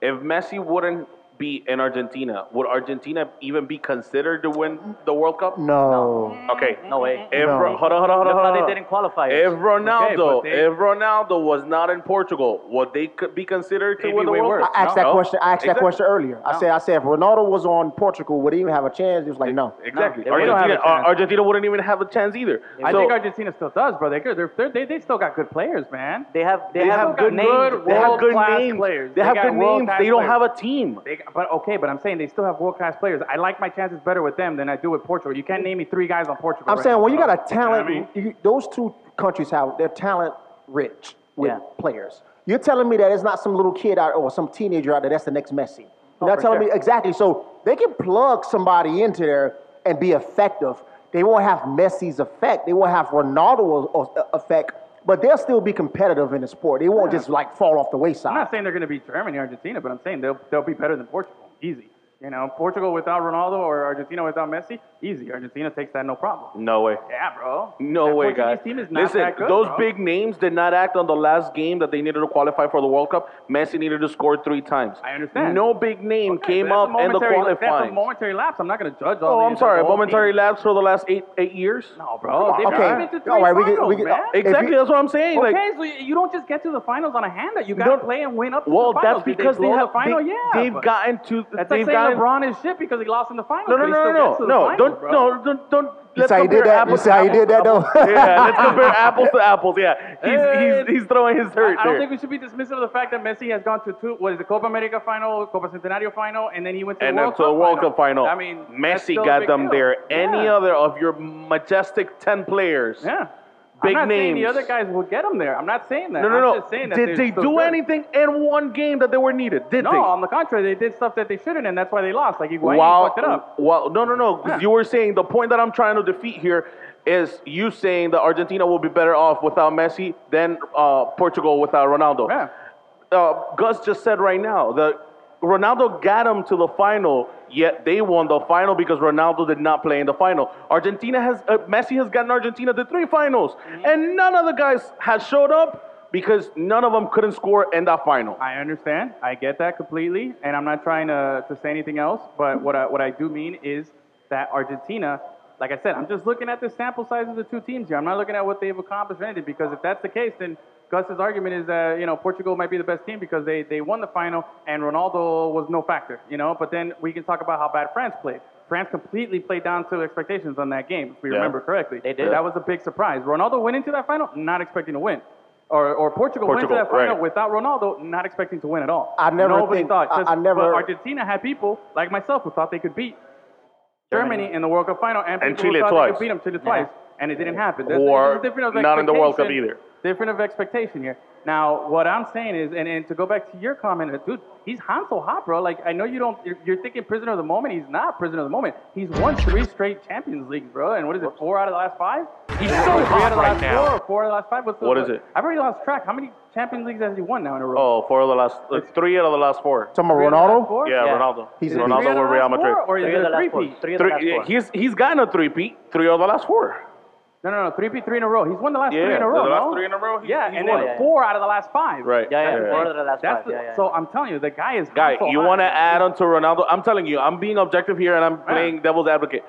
If Messi wouldn't be in Argentina, would Argentina even be considered to win the World Cup? No. Okay. No way. If No. Ro- hold on, hold on, hold on, Look how hold uh, they on. didn't qualify. If Ronaldo, Okay, but they- if Ronaldo was not in Portugal, would they could be considered to They'd be win the way World worse. Cup? I asked that No. question. I asked that Exactly. question earlier. I said, I said, if Ronaldo was on Portugal, would he even have a chance? He was like, no. Exactly. they wouldn't have Argentina, a chance. Argentina wouldn't even have a chance either. I So- think Argentina still does, bro. They good. They're, they're, they they still got good players, man. They have they, They have, have good names. good They have good world-class names. players. They, They have got good names. world-class They don't players. have a team. They, but okay, but I'm saying they still have world class players. I like my chances better with them than I do with Portugal. You can't name me three guys on Portugal. I'm right saying now, when you bro. got a talent, You know what I mean? you- those two countries have they're talent rich with Yeah. players. You're telling me that it's not some little kid out or some teenager out there that's the next Messi. You're not Oh, for telling sure. me exactly. So they can plug somebody into there and be effective. They won't have Messi's effect. They won't have Ronaldo's uh, effect. But they'll still be competitive in the sport. They won't just like fall off the I'm wayside. not saying they're going to be Germany, Argentina, but I'm saying they'll they'll be better than Portugal. Easy. You know, Portugal without Ronaldo or Argentina without Messi, easy. Argentina takes that no problem. No way. Yeah, bro. No That way, Portuguese guys. Team is not Listen, that good, those bro. big names did not act on the last game that they needed to qualify for the World Cup. Messi needed to score three times. I understand. No big name Okay, came but that's up a in the momentary- That's a qualifying. momentary lapse. I'm not going to judge all Oh, these- I'm sorry. A the whole momentary team. lapse for the last eight eight years. No, bro. They've okay. gotten to three All right, we can- finals, we can- man. If Exactly. you- that's what I'm saying. Okay, uh, Like, so you you don't just get to the finals on a handout. You got to don't- play and win up to well, the that's finals. Did because they, blow have the final. they, yeah, they've but gotten to That's like they've saying giving guys. LeBron his shit because he lost in the finals. No, no, but he no, no, still gets to the no, no. finals, don't, bro. no, don't, don't. Let's how you did compare that? You apples see to how you did that, apples. though? yeah, let's compare apples to apples. Yeah, he's Hey. he's, he's throwing his hurt I I don't there. think we should be dismissive of the fact that Messi has gone to two. What is the Copa America final, Copa Centenario final, and then he went to and the then World to Cup the World final. Cup final. I mean, that's Messi still a got big them deal. there. Any Yeah. other of your majestic ten players? Yeah. Big I'm not saying the names. other guys will get him there. I'm not saying that. No, no, I'm no. Just saying that Did they're they still do good. anything in one game that they were needed? Did No, they? on the contrary, they did stuff that they shouldn't, and that's why they lost. Like Higuaín fucked it up. Well, no, no, no. 'cause Yeah. You were saying the point that I'm trying to defeat here is you saying that Argentina will be better off without Messi than uh, Portugal without Ronaldo. Yeah. Uh, Gus just said right now that Ronaldo got him to the final, yet they won the final because Ronaldo did not play in the final. Argentina has uh, Messi has gotten Argentina to three finals, Mm-hmm. and none of the guys has showed up because none of them couldn't score in that final. I understand. I get that completely, and I'm not trying to, to say anything else. But what I, what I do mean is that Argentina, like I said, I'm just looking at the sample size of the two teams here. I'm not looking at what they've accomplished or anything, because if that's the case, then Gus's argument is that you know Portugal might be the best team because they, they won the final and Ronaldo was no factor, you know. But then we can talk about how bad France played. France completely played down to expectations on that game, if we remember correctly. They did. That was a big surprise. Ronaldo went into that final not expecting to win. Or, or Portugal, Portugal, went to that final right. without Ronaldo, not expecting to win at all. I never Nobody think- thought. I- just- I never- But Argentina had people like myself who thought they could beat Germany, in the World Cup final, and, people who Chile thought They twice. could beat them Chile twice, and it didn't happen. There's, Or there's a difference of not in the World Cup expectation- either. Different of expectation here. Now, what I'm saying is, and, and to go back to your comment, uh, dude, he's Hansel Hot, bro. Like, I know you don't, you're, you're thinking prisoner of the moment. He's not prisoner of the moment. He's won three straight Champions League, bro. And what is it, four out of the last five? He's so three out of the last four or four out of the last five. What's the, What is it? I've already lost track. How many Champions Leagues has he won now in a row? Oh, four of the last, uh, three out of the last four. Talking about Three out of the last Ronaldo? four? Yeah, Yeah. Ronaldo. He's He's in Ronaldo Three out of with the Real last Madrid. four, Or is Three it of the a last four. three-peat? Three of the last Three, four. he's he's gotten a three peat. Three of the last four. No, no, no, three P three in a row. He's won the last Yeah, three in a the row. last no? three in a row, he- yeah, he's and won then it. four out of the last five. Right. Yeah, yeah, Yeah. four out of the last That's five. the- yeah, yeah, So yeah. I'm telling you, the guy is Guy, hot, so you hot. want to add on to Ronaldo? I'm telling you, I'm being objective here, and I'm playing devil's advocate.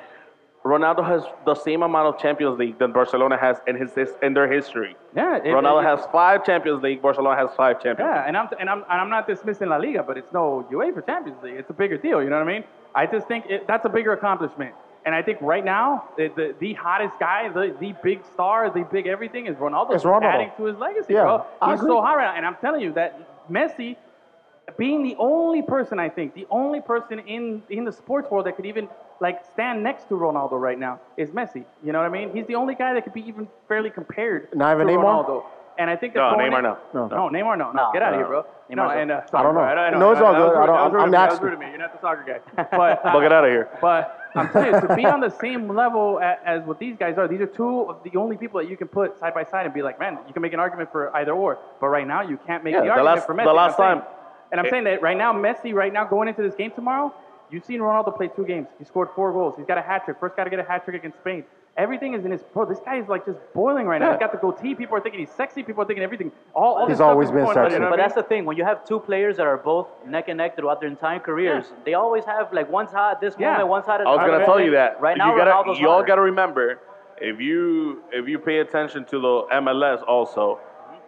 Ronaldo has the same amount of Champions League that Barcelona has in his in their history. Yeah, it- Ronaldo it- has five Champions League. Barcelona has five Champions. Yeah, and I'm and I'm and I'm not dismissing La Liga, but it's no UEFA Champions League. It's a bigger deal. You know what I mean? I just think it, that's a bigger accomplishment. And I think right now the the, the hottest guy, the, the big star, the big everything is Ronaldo. It's Ronaldo. adding to his legacy, Yeah, bro. I He's agree. so hot right now, and I'm telling you that Messi. Being the only person, I think, the only person in, in the sports world that could even like stand next to Ronaldo right now is Messi. You know what I mean? He's the only guy that could be even fairly compared Not even to Neymar? Ronaldo. And I think that's No, going Neymar, in- no. No. no, Neymar, no, no, No, get out of no. here, bro. no, Neymar's a- and uh, I sorry, don't know. bro, I don't No, it's all That was good. rude. I don't- That was rude I'm of me. That was asking. rude of me. You're not the soccer guy. But Well, get out of here. But I'm telling you, to be on the same level as, as what these guys are, these are two of the only people that you can put side by side and be like, man, you can make an argument for either or. But right now, you can't make Yeah, the the argument last- for the Messi. and I'm last saying- time- and I'm saying that right now, Messi, right now, going into this game tomorrow, you've seen Ronaldo play two games. He scored four goals. He's got a hat trick. First, got to get a hat trick against Spain. Everything is in his pro. This guy is like just boiling right now. Yeah. He's got the goatee. People are thinking he's sexy. People are thinking everything. All, all this He's stuff always is been going on, you sexy. know what But I mean? that's the thing. When you have two players that are both neck and neck throughout their entire careers, they always have like one's hot at this Yeah. moment, one's hot at I was this gonna moment. tell you that. Right now, you gotta, Ronaldo's y'all hotter. gotta remember if you if you pay attention to the MLS also,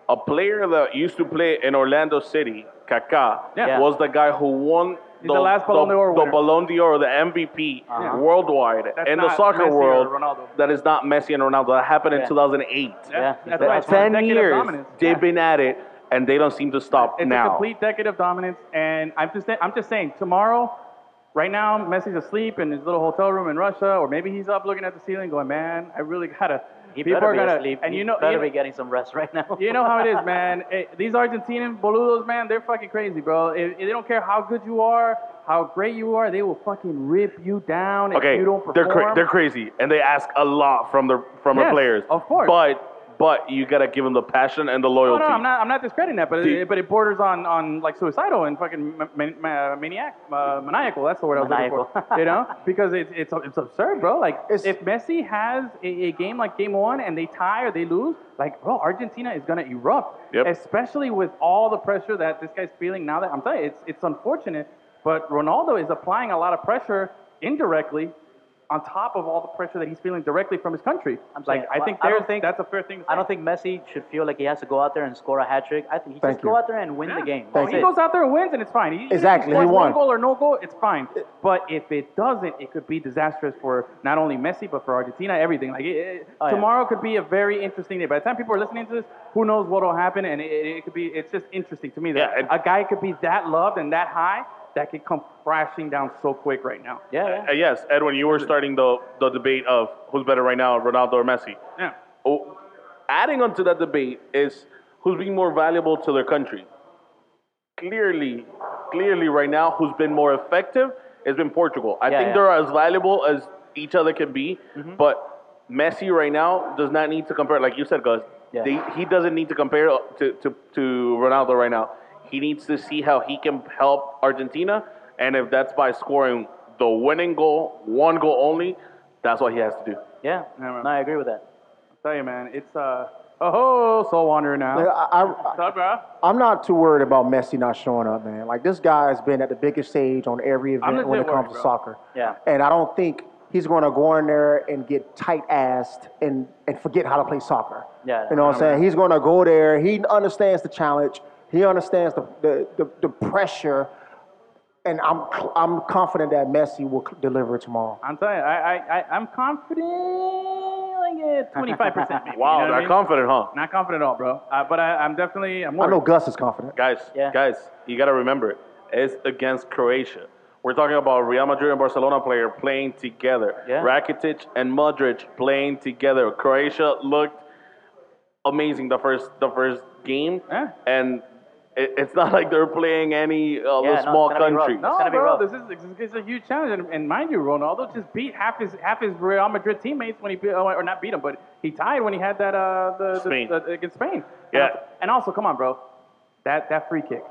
a player that used to play in Orlando City, Kaká, Yeah. was the guy who won. He's the last Ballon d'Or the winner. Uh-huh. Ballon d'Or, the MVP worldwide That's in the not soccer Messi or world, Ronaldo. that is not Messi and Ronaldo. That happened in Yeah. 2008. Yeah. That's But why right. For it's one 10 decade of years, dominance. they've Yeah. been at it, and they don't seem to stop It's a now. complete decade of dominance, and I'm just I'm just saying tomorrow. Right now, Messi's asleep in his little hotel room in Russia, or maybe he's up looking at the ceiling, going, "Man, I really gotta." He people better are be gonna, asleep. and He you know, better you know, be getting some rest right now. you know how it is, man. Eh, these Argentinian boludos, man, they're fucking crazy, bro. If, if they don't care how good you are, how great you are, they will fucking rip you down Okay, if you don't perform. they're cra- they're crazy, and they ask a lot from the from Yes, the players. of course. but but you gotta give them the passion and the No, loyalty. no, I'm not. I'm not discrediting that, but Do- it, but it borders on on like suicidal and fucking ma- ma- ma- maniac, uh, maniacal. That's the word I was looking Maniacal. for. You know, because it's it's it's absurd, bro. Like It's- if Messi has a, a game like Game One and they tie or they lose, like bro, Argentina is gonna erupt. Yep. Especially with all the pressure that this guy's feeling now. That I'm telling you, it's it's unfortunate, but Ronaldo is applying a lot of pressure indirectly on top of all the pressure that he's feeling directly from his country. I'm like, saying, I think, I don't there's, think- that's a fair thing to say. I don't think Messi should feel like he has to go out there and score a hat trick. I think he Thank just you. go out there and win the game. Well, That's he it. goes out there and wins, and it's fine. He- even if Exactly, he scores won. One goal or no goal, it's fine. But if it doesn't, it could be disastrous for not only Messi but for Argentina. Everything like it, it- Oh, yeah. tomorrow could be a very interesting day. By the time people are listening to this, who knows what will happen? And it, it could be it's just interesting to me that Yeah, and- a guy could be that loved and that high that could come crashing down so quick right now. yeah, yeah. Uh, yes, Edwin, you were starting the, the debate of who's better right now, Ronaldo or Messi. Yeah. Oh, adding on to that debate is who's being more valuable to their country. Clearly, clearly, right now, who's been more effective has been Portugal. Yeah, I Mm-hmm. think yeah. they're as valuable as each other can be, but Messi right now does not need to compare, like you said, Gus. Yeah. They, he doesn't need to compare to, to, to Ronaldo right now. He needs to see how he can help Argentina, and if that's by scoring the winning goal, one goal only, that's what he has to do. yeah. Yeah, man. No, I agree with that. I'll tell you, man, it's uh oh ho, soul wanderer now. I, I, What's up, bro? I'm not too worried about Messi not showing up, man. Like this guy has been at the biggest stage on every I'm event when it legit comes worried, to bro. soccer. Yeah. And I don't think he's going to go in there and get tight-assed and, and forget how to play soccer. Yeah, no, You know what I'm saying? He's going to go there. He understands the challenge. He understands the the, the, the pressure. And I'm I'm confident that Messi will deliver tomorrow. I'm telling you, I, I, I I'm confident like twenty five percent. Wow, they're confident, huh? Not confident at all, bro. Uh, but I, I'm definitely. I'm I worried. know Gus is confident. Guys, Yeah. guys, you gotta remember, it's against Croatia. We're talking about Real Madrid and Barcelona player playing together. Yeah. Rakitic and Modric playing together. Croatia looked amazing the first the first game, Yeah. and it, it's not like they're playing any uh, no, it's small gonna be rough. country. It's No, gonna be bro, rough. this is, this is this is a huge challenge, and, and mind you, Ronaldo just beat half his half his Real Madrid teammates when he beat, oh, or not beat him, but he tied when he had that uh the, the- Spain. the- against Spain. Yeah. And also, and also, come on, bro, that that free kick,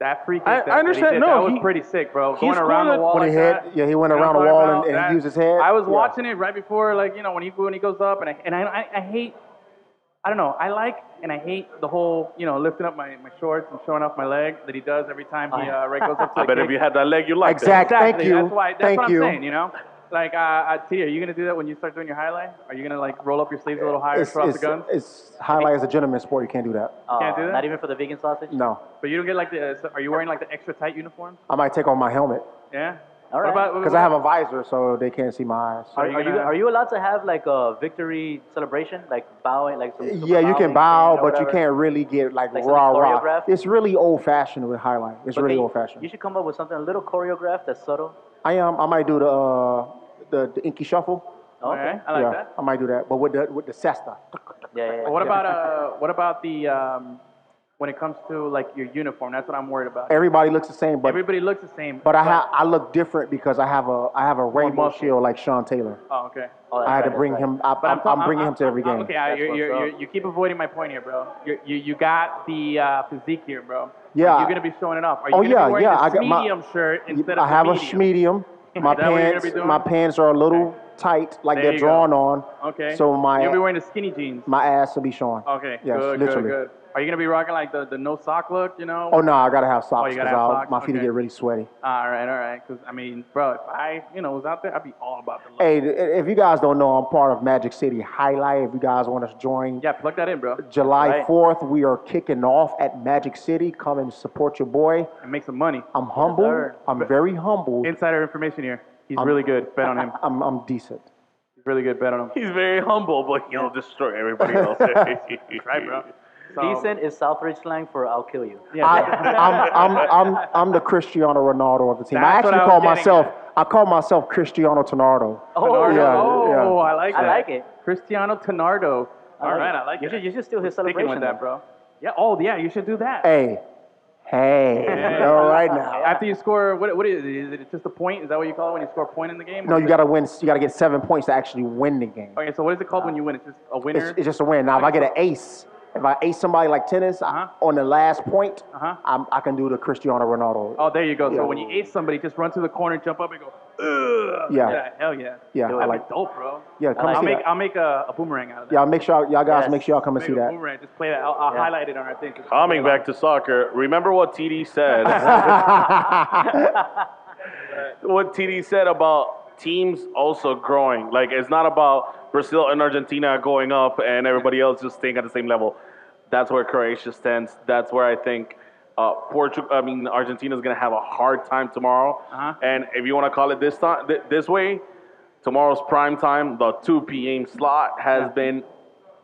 that free kick. I- that, I understand. That he did, No, that was he- pretty sick, bro. he Going around scored the it wall when he like hit- that. yeah, he went You know around what the I'm wall talking and- about? and he used his head. I was Yeah. watching it right before, like you know, when he when he goes up, and I and I I, I hate. I don't know. I like and I hate the whole, you know, lifting up my, my shorts and showing off my leg that he does every time he uh, right goes up to I the bet if kick. you had that leg, you liked Exact- it. Exactly. Thank you. That's why. That's Thank what I'm you. saying. You know, like uh, uh, T, are you gonna do that when you start doing your highlight? Are you gonna like roll up your sleeves a little higher, It's, throw out the it's, gun? it's highlight as a gentleman sport. You can't do that. Uh, can't do that? Not even for the vegan sausage. No, But you don't get like the. Uh, so- are you wearing like the extra tight uniform? I might take off my helmet Yeah. All right. because I have a visor, so they can't see my eyes. Are, Are you are you gonna- are you allowed to have like a victory celebration, like bowing, like some, some Yeah, you can bowing bow, thing or but you whatever? can't really get like, Like raw, something raw. choreographed? It's really old fashioned with highlight. It's But really then old fashioned. You should come up with something a little choreographed that's subtle. I am. I might do the uh, the, the inky shuffle. Okay. All right. I like yeah, that. I might do that, but with the with the sesta. Yeah, yeah. yeah. What about uh? What about the um? When it comes to like your uniform, that's what I'm worried about. Everybody looks the same, but Everybody looks the same. but I ha- I look different because I have a I have a rainbow muscle. shield like Sean Taylor. Oh, okay. Oh, that's I had right, to that's bring right. him. I, But I'm, ta- I'm bringing him to every I'm- game. Okay, I- That's you're, what's you're, up. you're, you keep avoiding my point here, bro. You're, you you got the uh, physique here, bro. Yeah. You're gonna be showing it off. Are you Oh, gonna yeah, be wearing yeah, a I got my- medium shirt instead I of have the a medium? medium. My Is that what you're gonna pants be doing? my pants are a little tight, like There they're you go. drawn on. Okay. So You'll be my wearing the skinny jeans. my ass will be showing. Okay. Yes, good, literally. good, good. Are you gonna be rocking like the, the no sock look? You know. Oh no, I gotta have socks you gotta 'cause have I'll- socks, my feet will okay. get really sweaty. All right, all right. Because I mean, bro, if I you know was out there, I'd be all about the look. Hey, i- if you guys don't know, I'm part of Magic City Highlight. If you guys want to join Yeah, plug that in, bro. July Right. 4th, we are kicking off at Magic City. Come and support your boy. And make some money. I'm humble. sir. I'm very humble. Insider information here. He's really good. Bet on him. I'm, I'm decent. He's really good. Bet on him. He's very humble, but he'll destroy everybody else. Right, bro. So, Decent is Southridge slang for I'll kill you. Um, Yeah. I, yeah. I'm, I'm, I'm, I'm the Cristiano Ronaldo of the team. That's I what I actually was call getting myself. I call myself Cristiano Tonardo. Oh, Tonardo. yeah, oh, yeah. I like I that. like it. Cristiano Tonardo. All right, I like you it. Should, you should steal his Sticking celebration. with that, then. bro. Yeah. Oh, yeah. You should do that. Hey, hey, all right now. After you score, what, what is it? Is it just a point? Is that what you call it when you score a point in the game? No, Or is you it- gotta win. You gotta get seven points to actually win the game. Okay, so what is it called when you win? It's just a winner. It's, it's just a win. Now, if I get an ace, if I ace somebody like tennis I- Uh-huh. on the last point, Uh-huh. I'm, I can do the Cristiano Ronaldo. oh, there you go. So when you ace somebody, just run to the corner, jump up, and go. Ugh. Yeah. Hell yeah. Yeah, That'd I be like- dope, bro. yeah, come like I'll see make that. I'll make a, a boomerang out of that. Y'all make sure y'all guys Yes. make sure y'all come and Make see a that. boomerang. Just play that. I'll, I'll highlight it on our thing. Just- Coming back to soccer, remember what TD said. what TD said about teams also growing. Like it's not about Brazil and Argentina going up and everybody else just staying at the same level. That's where Croatia stands. That's where I think uh, Portugal. I mean, Argentina's going to have a hard time tomorrow. Uh-huh. And if you want to call it this time, th- this way, tomorrow's prime time, the 2 p.m. slot has been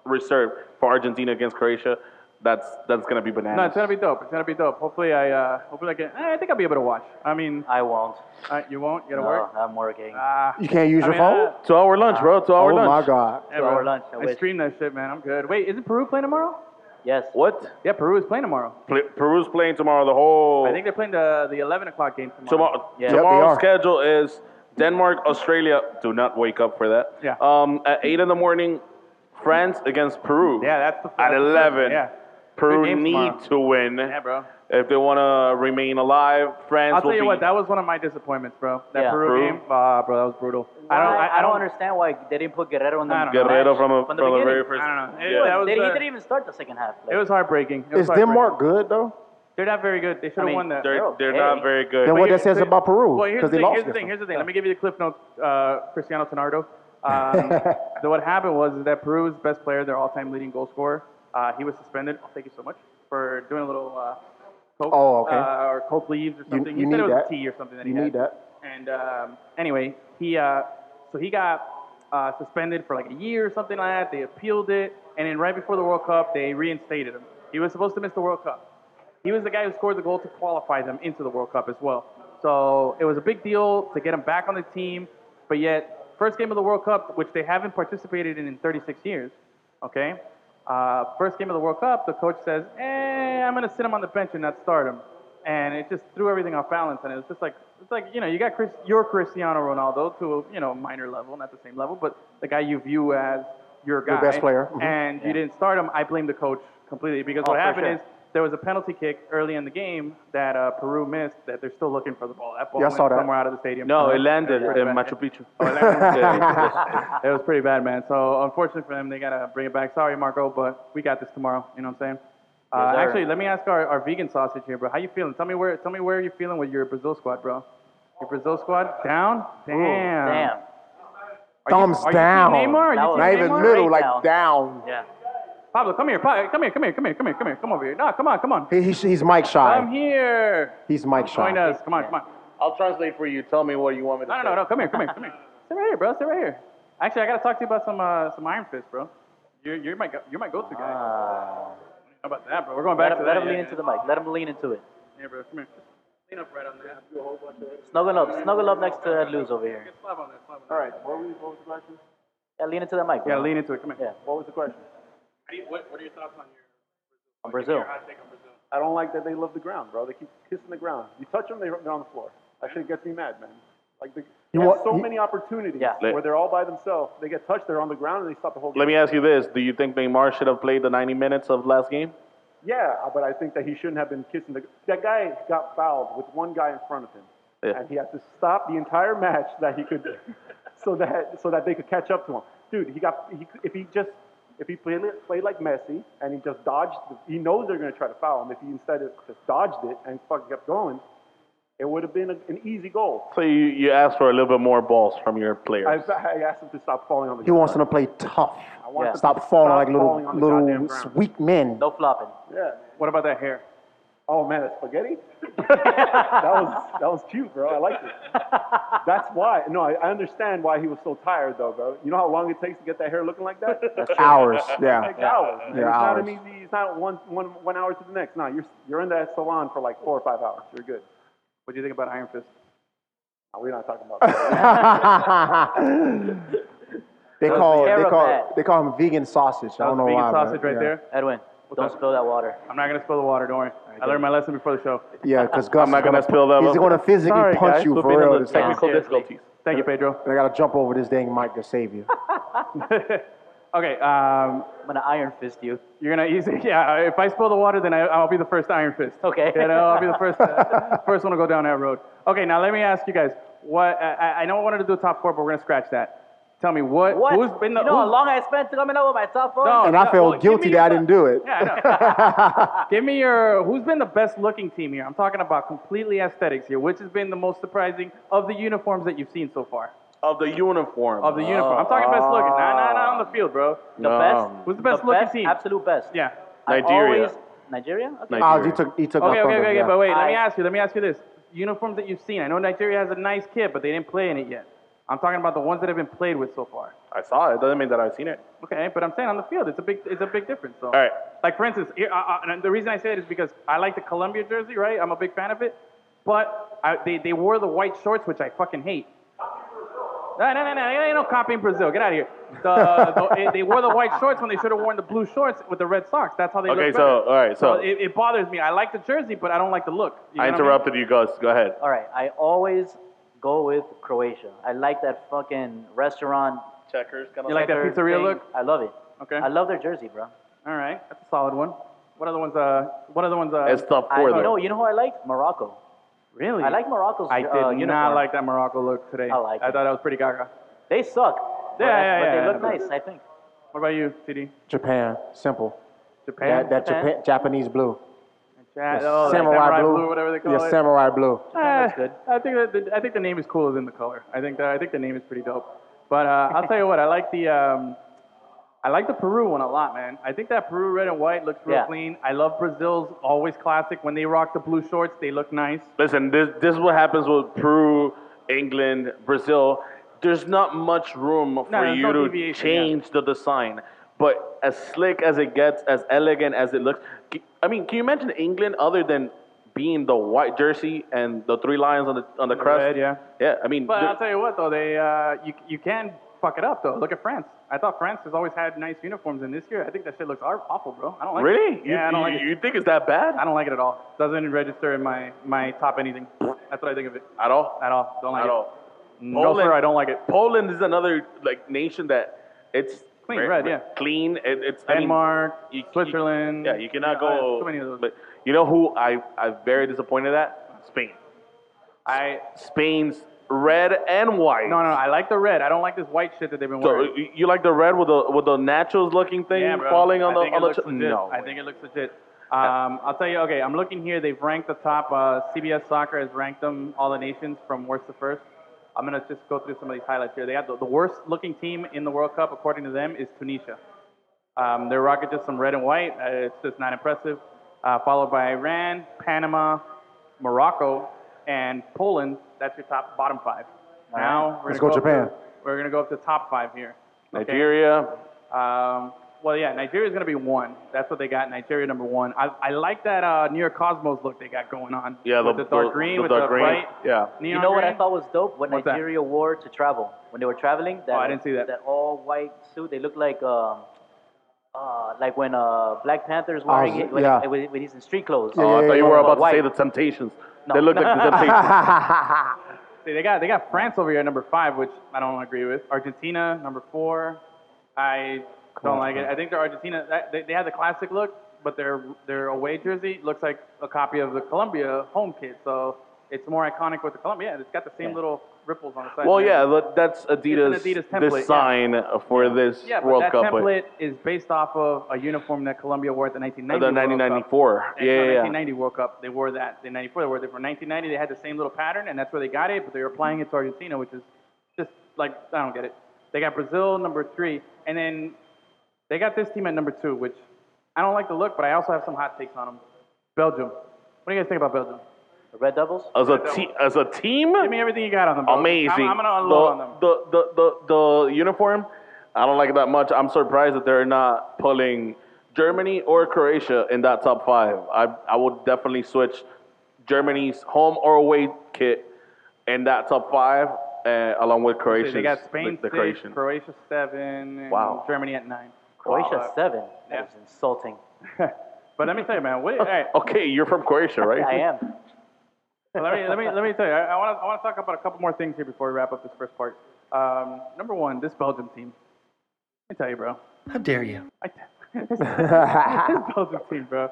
reserved for Argentina against Croatia. That's that's going to be bananas. No, it's gonna be dope. It's gonna be dope. Hopefully, I uh, hopefully I can. eh, I think I'll be able to watch. I mean, I won't. uh, you won't. You gotta No, work. I'm working. Ah, You can't use I your mean, phone? uh, Two hour lunch, bro. Two hour oh lunch. my God. yeah, bro. our lunch, I I wish. stream that shit, man. I'm good. Wait, isn't Peru playing tomorrow? yes. What? Yeah, Peru is playing tomorrow. Pl- Peru's playing tomorrow. The whole I think they're playing the the 11 o'clock game tomorrow. tomorrow. Yeah. Yep, they tomorrow's are. schedule is Denmark, Australia. Do not wake up for that. Yeah. Um, at eight in the morning, France against Peru. Yeah, that's the that's At the- eleven. Yeah, Big Peru game need tomorrow. to win yeah, bro. if they want to remain alive. France. I'll will tell you be, what, that was one of my disappointments, bro. That Yeah. Peru, Peru? game, ah, bro, that was brutal. I Why- don't, I, I don't understand why they didn't put Guerrero in the I don't know. Guerrero from, a, from from, the the, beginning. very first. I don't know. It, Yeah. that was, They- he uh, didn't even start the second half. Like, it was heartbreaking. It was Is Denmark heartbreaking. good, though? They're not very good. They should have mean, won that. They're, they're not okay. very good. Then But what you- that says about Peru? Well, here's the Because they thing. lost. Here's the thing. Here's the thing. Let me give you the cliff notes. Uh, Cristiano Tonardo. Um, so what happened was is that Peru's best player, their all-time leading goal scorer, uh, he was suspended. Oh, thank you so much for doing a little uh, coke, Oh, okay. uh, or coke leaves or something. you he said need it was that. a tea or something that You he had. need that. And um, anyway, he uh, so he got uh, suspended for like a year or something like that. They appealed it, and then right before the World Cup, they reinstated him. He was supposed to miss the World Cup. He was the guy who scored the goal to qualify them into the World Cup as well. So it was a big deal to get him back on the team. But yet, first game of the World Cup, which they haven't participated in in 36 years, okay? Uh, first game of the World Cup, the coach says, eh, I'm going to sit him on the bench and not start him. And it just threw everything off balance. And it was just like, it's like, you know, you got Chris, your Cristiano Ronaldo to a, you know, minor level, not the same level, but the guy you view as your guy. best player. Mhm. And you didn't start him. I blame the coach completely because Oh, what for happened sure. is there was a penalty kick early in the game that uh, Peru missed that they're still looking for the ball. That ball Yeah, I went saw that. somewhere out of the stadium. No, Uh, it landed it was in pretty Machu bad. Picchu. It was pretty bad, man. So unfortunately for them, they gotta bring it back. Sorry, Marco, but we got this tomorrow. You know what I'm saying? Uh, Yes, sir. actually, let me ask our, our vegan sausage here, bro. How you feeling? Tell me where tell me where you're feeling with your Brazil squad, bro. Your Brazil squad down? Damn. damn. Are you- Thumbs are you team down. Neymar? Are you That team was- Not even Neymar? little, right like down. Yeah. Pablo, come here. Pablo, come here. Come here. Come here. Come here. Come here. Come over here. No, come on. Come on. He, he's, he's Mike I'm shy. here. He's Mike Join shy. us. Come on. Come on. I'll translate for you. Tell me what you want me to No, no, no, no. Come here, come here, come here. Sit right here, bro. Sit right here. Actually, I gotta talk to you about some uh, some Iron Fist, bro. You're you're my go- you're my go-to guy. How Uh, about that, bro? We're going back let, him- to let that. him lean into the mic. Let him lean into it. Yeah, bro. Come here. Lean up right on that. Do a whole bunch of Snuggle up. Snuggle up next to Ed Luz over here. Slap on that. Slap on that. All right. Yeah, lean into the mic. Yeah, bro. lean into it. Come here. Yeah. What was the question? How do you, what, what are your thoughts on your From Brazil. your hot take on Brazil? I don't like that they love the ground, bro. They keep kissing the ground. You touch them, they're they're on the floor. That shit gets me mad, man. Like the, they have want- so you- many opportunities Yeah. where they're all by themselves. They get touched, they're on the ground, and they stop the whole game. Let me ask you this: Do you think Neymar should have played the 90 minutes of last game? Yeah, but I think that he shouldn't have been kissing the. That guy got fouled with one guy in front of him, Yeah. and he had to stop the entire match that he could, so that so that they could catch up to him. Dude, he got he, if he just if he played played like Messi and he just dodged, he knows they're going to try to foul him. If he instead of just dodged it and fucking kept going, it would have been a, an easy goal. So you, you asked for a little bit more balls from your I, players. I asked him to stop falling on the. He wants them to play tough. want Yeah. to Stop falling stop like little falling on the goddamn little ground. weak men. No flopping. Yeah. What about that hair? Oh man, that spaghetti? that was that was cute, bro. I liked it. That's why. No, I, I understand why he was so tired though, bro. You know how long it takes to get that hair looking like that? That's Hours. Yeah. like hours. man. Yeah, it's hours. not an easy. It's not one one one hour to the next. No, you're you're in that salon for like four or five hours. You're good. What do you think about Iron Fist? No, we're not talking about that. they call they terrible. call they call him vegan sausage. I That was don't know vegan why. but sausage right yeah. there. Edwin, don't spill that water. I'm not gonna spill the water. Don't worry. I learned my lesson before the show. Yeah, because Gus. I'm not is gonna spill that He's one. gonna physically Sorry, punch guys, you we've for been real. on the this time. technical Yeah. difficulties. Thank you, Pedro. I gotta jump over this dang mic to save you. okay. Um, I'm gonna iron fist you. You're gonna easy, yeah. If I spill the water, then I, I'll be the first Iron Fist. Okay. You know, I'll be the first uh, first one to go down that road. Okay, now let me ask you guys. What I, I know I wanted to do a top four, but we're gonna scratch that. Tell me what, What? who's been the you know how who's- long I spent coming up with my top four? No, And I no, felt well, give guilty me that I your- didn't do it. Yeah, I know. Give me your who's been the best looking team here. I'm talking about completely aesthetics here. Which has been the most surprising of the uniforms that you've seen so far? Of the uniform. Uh, of the uniform. I'm talking best looking. Nah, nah, nah, on the field, bro. The No. best. Who's the best looking team? Absolute best. Yeah. I Nigeria. Always, Nigeria. Okay. Nigeria. Oh, he took he took. our Okay, okay, thunder, okay, yeah. but wait, let I- me ask you, let me ask you this. Uniforms that you've seen. I know Nigeria has a nice kit, but they didn't play in it yet. I'm talking about the ones that have been played with so far. I saw it. Doesn't mean that I've seen it. Okay, but I'm saying on the field, it's a big, it's a big difference. So, right. like for instance, here, I, I, and the reason I say it is because I like the Columbia jersey, right? I'm a big fan of it, but I, they, they wore the white shorts, which I fucking hate. No, no, no, no, it ain't no copying Brazil. Get out of here. The, the, it- they wore the white shorts when they should have worn the blue shorts with the red socks. That's how they Okay, look so, better. all right, so- it, it bothers me. I like the jersey, but I don't like the look. You I know what interrupted you, Gus. Go ahead. All right. I always go with Croatia. I like that fucking restaurant. Checkers. Kind You like that checker pizzeria thing. look? I love it. Okay. I love their jersey, bro. All right, that's a solid one. What other ones? Uh, what other ones? Uh, It's tough I, for them. no, you know who I like? Morocco. Really? I like Morocco's. I uh, did not uniform. like that Morocco look today. I like I it. thought that was pretty gaga. They suck. but, Yeah, yeah, but yeah, they look yeah. nice. I think. What about you, CD? Japan, simple. Japan. that that Japan. Japan, Japanese blue. Japan. The Oh, that samurai, blue. whatever they call yeah, it. samurai blue. Eh, looks good. I think that the, I think the name is cooler than the color. I think that I think the name is pretty dope. But uh, I'll tell you what, I like the um, I like the Peru one a lot, man. I think that Peru red and white looks real Yeah. clean. I love Brazil's always classic. When they rock the blue shorts, they look nice. Listen, this this is what happens with Peru, England, Brazil. There's not much room for there's you no to deviation, change the design. But as slick as it gets, as elegant as it looks, c- I mean, can you imagine England other than being the white jersey and the three lions on the on the crest? red, yeah. yeah. I mean, But the- I'll tell you what, though, they uh, you you can fuck it up though. Look at France. I thought France has always had nice uniforms, and this year I think that shit looks aw- awful, bro. I don't like really, it. you, Yeah, I don't you, like it. you think it's that bad I don't like it at all. Doesn't register in my, my top anything. That's what I think of it. at all? At all. Don't like At it. all. No, Poland- sir, I don't like it. Poland is another like nation that it's Clean, very- red, yeah. clean. It, it's I mean, Denmark, You- you- Switzerland. yeah, you cannot I have go. Too many of those. But you know who I I'm very disappointed at? Spain. I Spain's red and white. no, no, I like the red. I don't like this white shit that they've been So wearing. you- you like the red with the with the nachos looking thing Yeah, bro. falling on I the think on it the looks ch- legit. no. I think it looks legit. Um, I'll tell you. Okay, I'm looking here. They've ranked the top. Uh, CBS Soccer has ranked them all the nations from worst to first. I'm gonna just go through some of these highlights here. They got the, the worst looking team in the World Cup, according to them, is Tunisia. Um, they're rocking just some red and white. Uh, it's just not impressive. Uh, followed by Iran, Panama, Morocco, and Poland. That's your top bottom five. Now we're Let's gonna go up to- Japan. we're gonna go up to top five here. Okay. Nigeria. Um, well, yeah, Nigeria's going to be one. That's what they got. Nigeria number one. I, I like that uh, New York Cosmos look they got going on. Yeah, with the, the- dark the- green, the with dark the green. bright. Yeah. Neon You know what I green. thought was dope? What What's that? Oh, Nigeria wore to travel when they were traveling. That, I didn't see that. That all white suit. They looked like um, uh, like when uh, Black Oh, Panther's was- wearing it when, yeah. when, when he's in street clothes. Oh, I yeah, thought you yeah, were yeah. about to White. say the Temptations. No. They look like the Temptations. See, they got they got France over here at number five, which I don't agree with. Argentina number four. I don't like it. I think they're Argentina. That, they, they had the classic look, but their their away jersey looks like a copy of the Colombia home kit. So it's more iconic with the Colombia. Yeah, it's got the same little ripples on the side. Well, there. yeah, but that's Adidas, Adidas template, yeah. design for this Yeah, but World that Cup. but- template is based off of a uniform that Colombia wore at the the 1990 World 1994. Cup. Yeah, yeah, yeah. 1990 World Cup, they wore that. The 94, they wore it. For 1990, they had the same little pattern, and that's where they got it. But they were applying it to Argentina, which is just like I don't get it. They got Brazil number three, and then they got this team at number two, which I don't like the look, but I also have some hot takes on them. Belgium. What do you guys think about Belgium? The Red Devils. Oh, As a team, as a team, Give me everything you got on them. Belgium. amazing. I'm, I'm gonna the, unload on them. The, the the the uniform, I don't like it that much. I'm surprised that they're not pulling Germany or Croatia in that top five. I I would definitely switch Germany's home or away kit in that top five, uh, along with Croatia's. they got Spain the, the six, Croatian. Croatia seven, and Wow. Germany at nine. Croatia Wow. seven. uh, Yeah. That was insulting. But let me tell you, man. Oh. What, all right, Okay, you're from Croatia, right? I am. let me let me let me tell you. I want to I want to talk about a couple more things here before we wrap up this first part. Um, number one, this Belgium team. Let me tell you, bro. How dare you? I, this Belgium team, bro.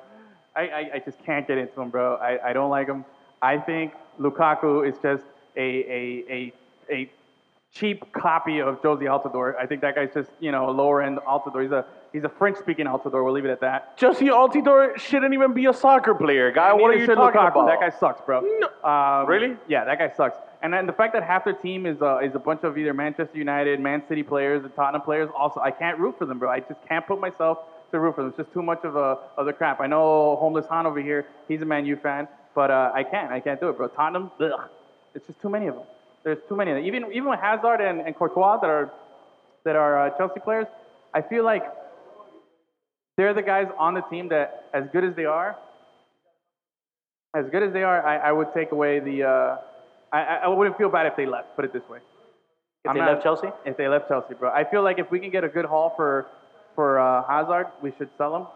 I, I, I just can't get into them, bro. I, I don't like them. I think Lukaku is just a, a, a, a cheap copy of Josie Altador. I think that guy's just, you know, a lower end Altador. He's a he's a French speaking Altador. We'll leave it at that. Jesse Altidore shouldn't even be a soccer player, guy. What are Neither you should talking Lukaku. about? That guy sucks, bro. No. Um, Really? Yeah, that guy sucks. And then the fact that half their team is uh, is a bunch of either Manchester United, Man City players, and Tottenham players. Also, I can't root for them, bro. I just can't put myself to root for them. It's just too much of a of the crap. I know homeless Han over here. He's a Man U fan, but uh, I can't. I can't do it, bro. Tottenham. Ugh. It's just too many of them. There's too many of them. Even even with Hazard and, and Courtois that are that are uh, Chelsea players, I feel like they're the guys on the team that, as good as they are, as good as they are, I, I would take away the. Uh, I, I- I wouldn't feel bad if they left. Put it this way. If they left Chelsea? If they left Chelsea, bro, I feel like if we can get a good haul for for uh, Hazard, we should sell him.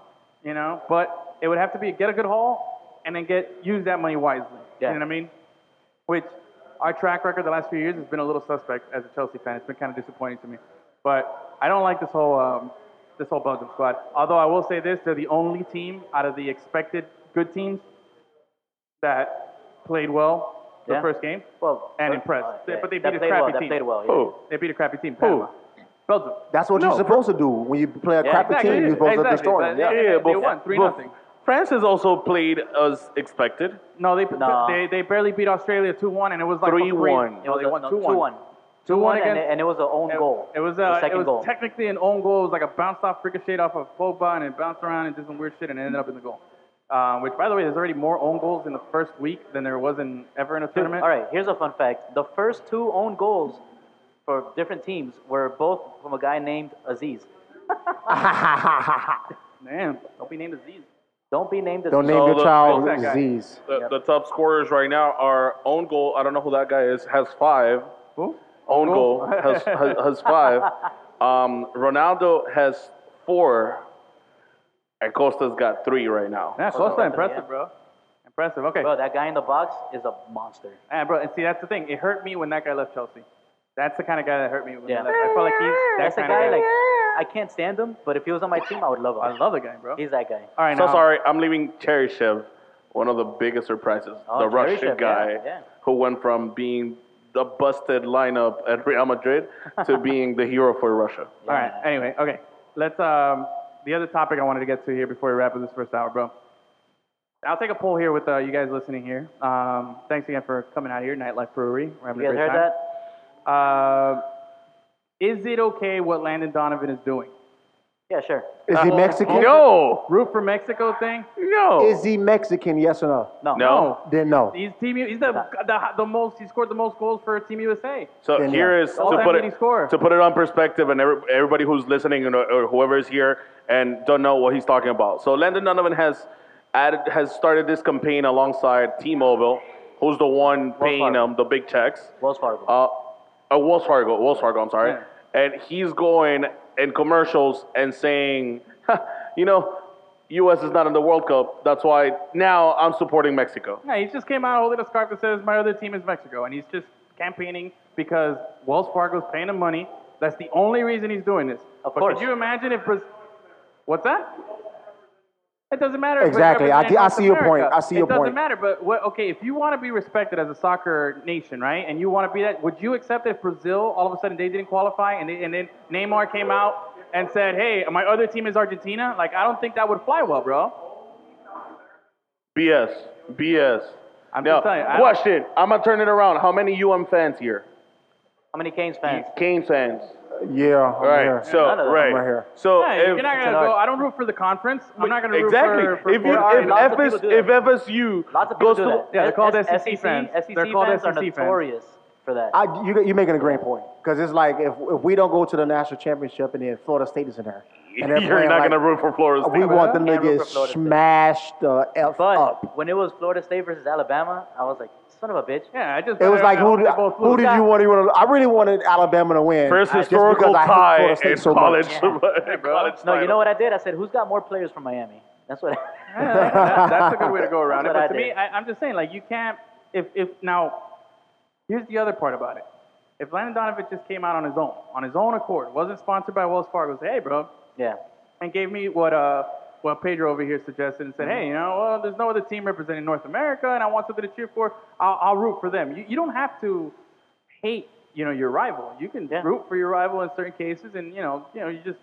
You know, but it would have to be get a good haul and then get use that money wisely. Yeah. You know what I mean? Which our track record the last few years has been a little suspect as a Chelsea fan. It's been kind of disappointing to me. But I don't like this whole um, this whole Belgium squad. Although I will say this, they're the only team out of the expected good teams that played well the Yeah. first game Well, and but- impressed. uh, They- yeah, but they that beat a played crappy well, team. That played well. yeah. Oh. They beat a crappy team. Panama. Belgium. That's what you're supposed to do when you play a crappy exactly. team. You're supposed Exactly. to destroy them. But- Yeah. yeah. Yeah, They but won, three but nothing. France has also played as expected. No, they, No. they they barely beat Australia 2-1 and it was like 3-1. No, they a- won no, 2-1. 2-1. 2-1 and, against and it was an own It- goal. It was the uh, it second was goal. technically an own goal. It was like a bounced off ricochet off of Pogba and it bounced around and did some weird shit and it ended up in the goal. Uh, which, by the way, there's already more own goals in the first week than there was in ever in a tournament. All right, here's a fun fact. The first two own goals for different teams were both from a guy named Aziz. Damn, don't be named Aziz. Don't be named Aziz. Don't name So your the- child who's that guy? disease. The, the top scorers right now are own goal. I don't know who that guy is. Has five. Who? Own Goal? goal has, has has five. Um, Ronaldo has four. And Costa's got three right now. Yeah, close to yeah. impressive, bro. Impressive. Okay. Bro, that guy in the box is a monster. Yeah, bro, and see, that's the thing. It hurt me when that guy left Chelsea. That's the kind of guy that hurt me. When he Yeah. left. I felt like he's that That's a kind of guy. guy like I can't stand him, but if he was on my team, I would love him. I love the guy, bro. He's that guy. All right, So now, sorry, I'm leaving Cheryshev, one of the biggest surprises, Oh, the Russian Cheryshev, guy yeah, yeah. who went from being the busted lineup at Real Madrid to being the hero for Russia. All right. Anyway, okay. Let's. Um, the other topic I wanted to get to here before we wrap up this first hour, bro. I'll take a poll here with uh, you guys listening here. Um, thanks again for coming out here, Nightlife Brewery. We're having You a guys great heard time. that? Uh, is it okay what Landon Donovan is doing? Yeah, sure. Is Uh-huh. he Oh. Mexican? No, Root for Mexico thing? no, Is he Mexican? Yes or no? No. no. Then no. He's team. U- He's the, the the most. He scored the most goals for Team USA. So Then here yeah. is All to time put leading it scorer. to put it on perspective, and every, everybody who's listening and, or whoever is here and don't know what he's talking about. So Landon Donovan has added has started this campaign alongside T-Mobile, who's the one paying Fargo. him the big checks. Wells Fargo. Uh, uh, Wells Fargo. Wells Fargo. I'm sorry. Yeah. And he's going in commercials and saying, "Ha, you know, U.S. is not in the World Cup. That's why now I'm supporting Mexico. Yeah, he just came out holding a scarf that says my other team is Mexico, and he's just campaigning because Wells Fargo's paying him money. That's the only reason he's doing this. Of but course. Could you imagine if Brazil? What's that? It doesn't matter. if it's Exactly. I representing do- I North see your point. America. I see your It doesn't point. matter. But what, okay, if you want to be respected as a soccer nation, right, and you want to be that, would you accept if Brazil all of a sudden they didn't qualify and, they, and then Neymar came out and said, "Hey, my other team is Argentina"? Like, I don't think that would fly well, bro. BS. BS. I'm now, just telling you, I- question. I'm gonna turn it around. How many UM fans here? How many Canes fans? Kane fans. Yeah. I'm Right. here. So None of them. right. I'm right here. So Yeah, if, you're not gonna Tenard. go. I don't root for the conference. I'm not gonna root exactly. for, for if you, for- Ferrari. Lots of if, people do if that. FSU Lots of people goes do to that. Yeah, they're called S- SEC fans. SEC They're called fans are SEC fans. notorious for that. I, you, you're making a great point because it's like if, if we don't go to the national championship and then Florida State is in there, and they're you're playing not like, gonna root for Florida State. We want them to Can't root get for Florida State. smashed the f But up. when it was Florida State versus Alabama, I was like, son of a bitch. yeah, I just It was like who they did, both who lose. did you want? You want? I really wanted Alabama to win. First just historical because I hate tie Florida State in so college. much. in college No, you title. know what I did? I said, who's got more players from Miami? That's what. That- that's a good way to go around it. But That's what to I me, did. I, I'm just saying, like you can't. If if now, here's the other part about it. If Landon Donovan just came out on his own, on his own accord, wasn't sponsored by Wells Fargo, said, hey, bro, yeah. and gave me what uh what Pedro over here suggested and said, Mm-hmm. hey, you know, well, there's no other team representing North America, and I want something to cheer for. I'll, I'll root for them. You, you don't have to hate you know your rival. You can Yeah. root for your rival in certain cases, and you know you know you just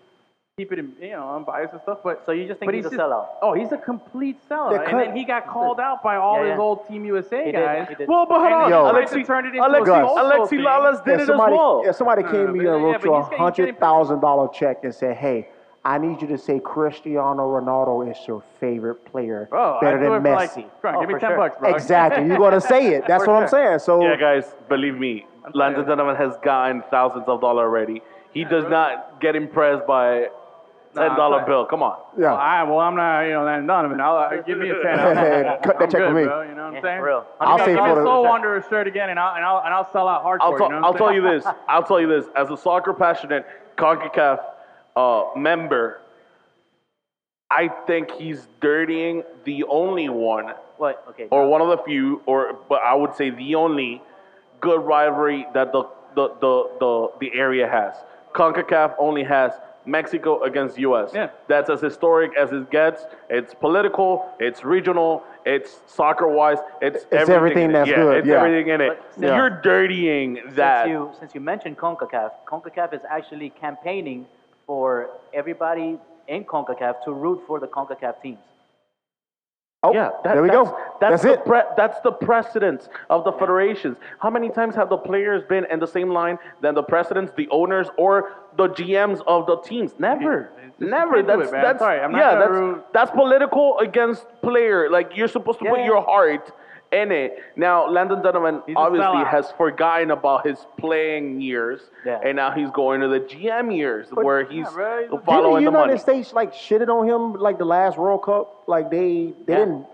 keep it in, you know unbiased and stuff. But So you just think but he's a sellout? Oh, he's a complete sellout. The and cut- then he got called out by all Yeah, his yeah. old Team USA He did, guys. he did. Well, Oh, but hold And on. then he tried Alexi, to turn it into a Alexi, social Alexi thing. Lalas did If it somebody, as well. if somebody came to you but- and yeah, wrote but you a he's getting- he's getting- hundred thousand dollar check and said, "Hey, I need you to say Cristiano Ronaldo is your favorite player, Bro, Oh, I better do than it for like, Messi." come on, Oh, give me for ten sure. bucks, bro. exactly. You're gonna say it. That's For what I'm saying. So Yeah, guys, believe me, Landon Donovan has gotten thousands of dollars already. He does not get impressed by ten Nah, dollar I'm bill. Come on. Well, yeah. I, well, I'm not, you know, that Donovan. I'll, uh, give me a ten. Cut that I'm check good, for me. Bro, you know what Yeah, I'm saying? for real. I'll I'll say say for for the- soul under a shirt again, and I'll and I'll, and I'll sell out hardcore. I'll, tell you know I'll what tell I'm you saying? this. I'll tell you this. As a soccer passionate CONCACAF uh, member, I think he's dirtying the only one What? Okay. or one of the few, or but I would say the only good rivalry that the the the the, the area has. CONCACAF only has Mexico against US. Yeah. That's as historic as it gets. It's political, it's regional, it's soccer wise, it's, everything, everything in it. that's yeah, good, It's yeah. everything in it. But- Yeah. You're dirtying that. Since you, since you mentioned CONCACAF, CONCACAF is actually campaigning for everybody in CONCACAF to root for the CONCACAF teams. Oh, Yeah, that- there we that's, go. That's, That's, the it. Pre- that's the precedence of the federations. How many times have the players been in the same line than the presidents, the owners, or the GMs of the teams? Never, It's just- never. you can't do That's it, man. that's Sorry, I'm not yeah. gonna That's ruin- that's political against player. Like you're supposed to Yeah, put yeah. your heart in it. Now, Landon Donovan a obviously sellout. has forgotten about his playing years, Yeah. and now he's going to the GM years where he's bro, he's- following Didn't the the United money. States like shitted on him like the last World Cup? Like they they didn't.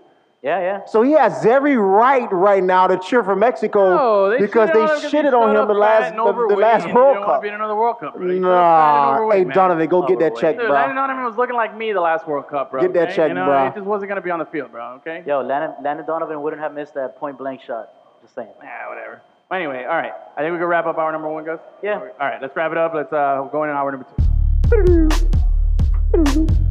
Yeah, yeah. So he has every right right now to cheer for Mexico No, they because shitted they on him 'cause he shitted on showed him up the fat last and the, the overweight last and he World didn't want to Cup. be in another World Cup. Bro. He showed up fat and Nah, hey overweight, man. Donovan, go get that Overweight. check, Dude, bro. Landon Donovan was looking like me the last World Cup, bro. Get that okay? check, you know, bro. It just wasn't gonna be on the field, bro. Okay. Yo, Landon, Landon Donovan wouldn't have missed that point blank shot. Just saying. Yeah, whatever. Anyway, all right. I think we can wrap up hour number one, guys. Yeah. All right, let's wrap it up. Let's uh, go into hour number two.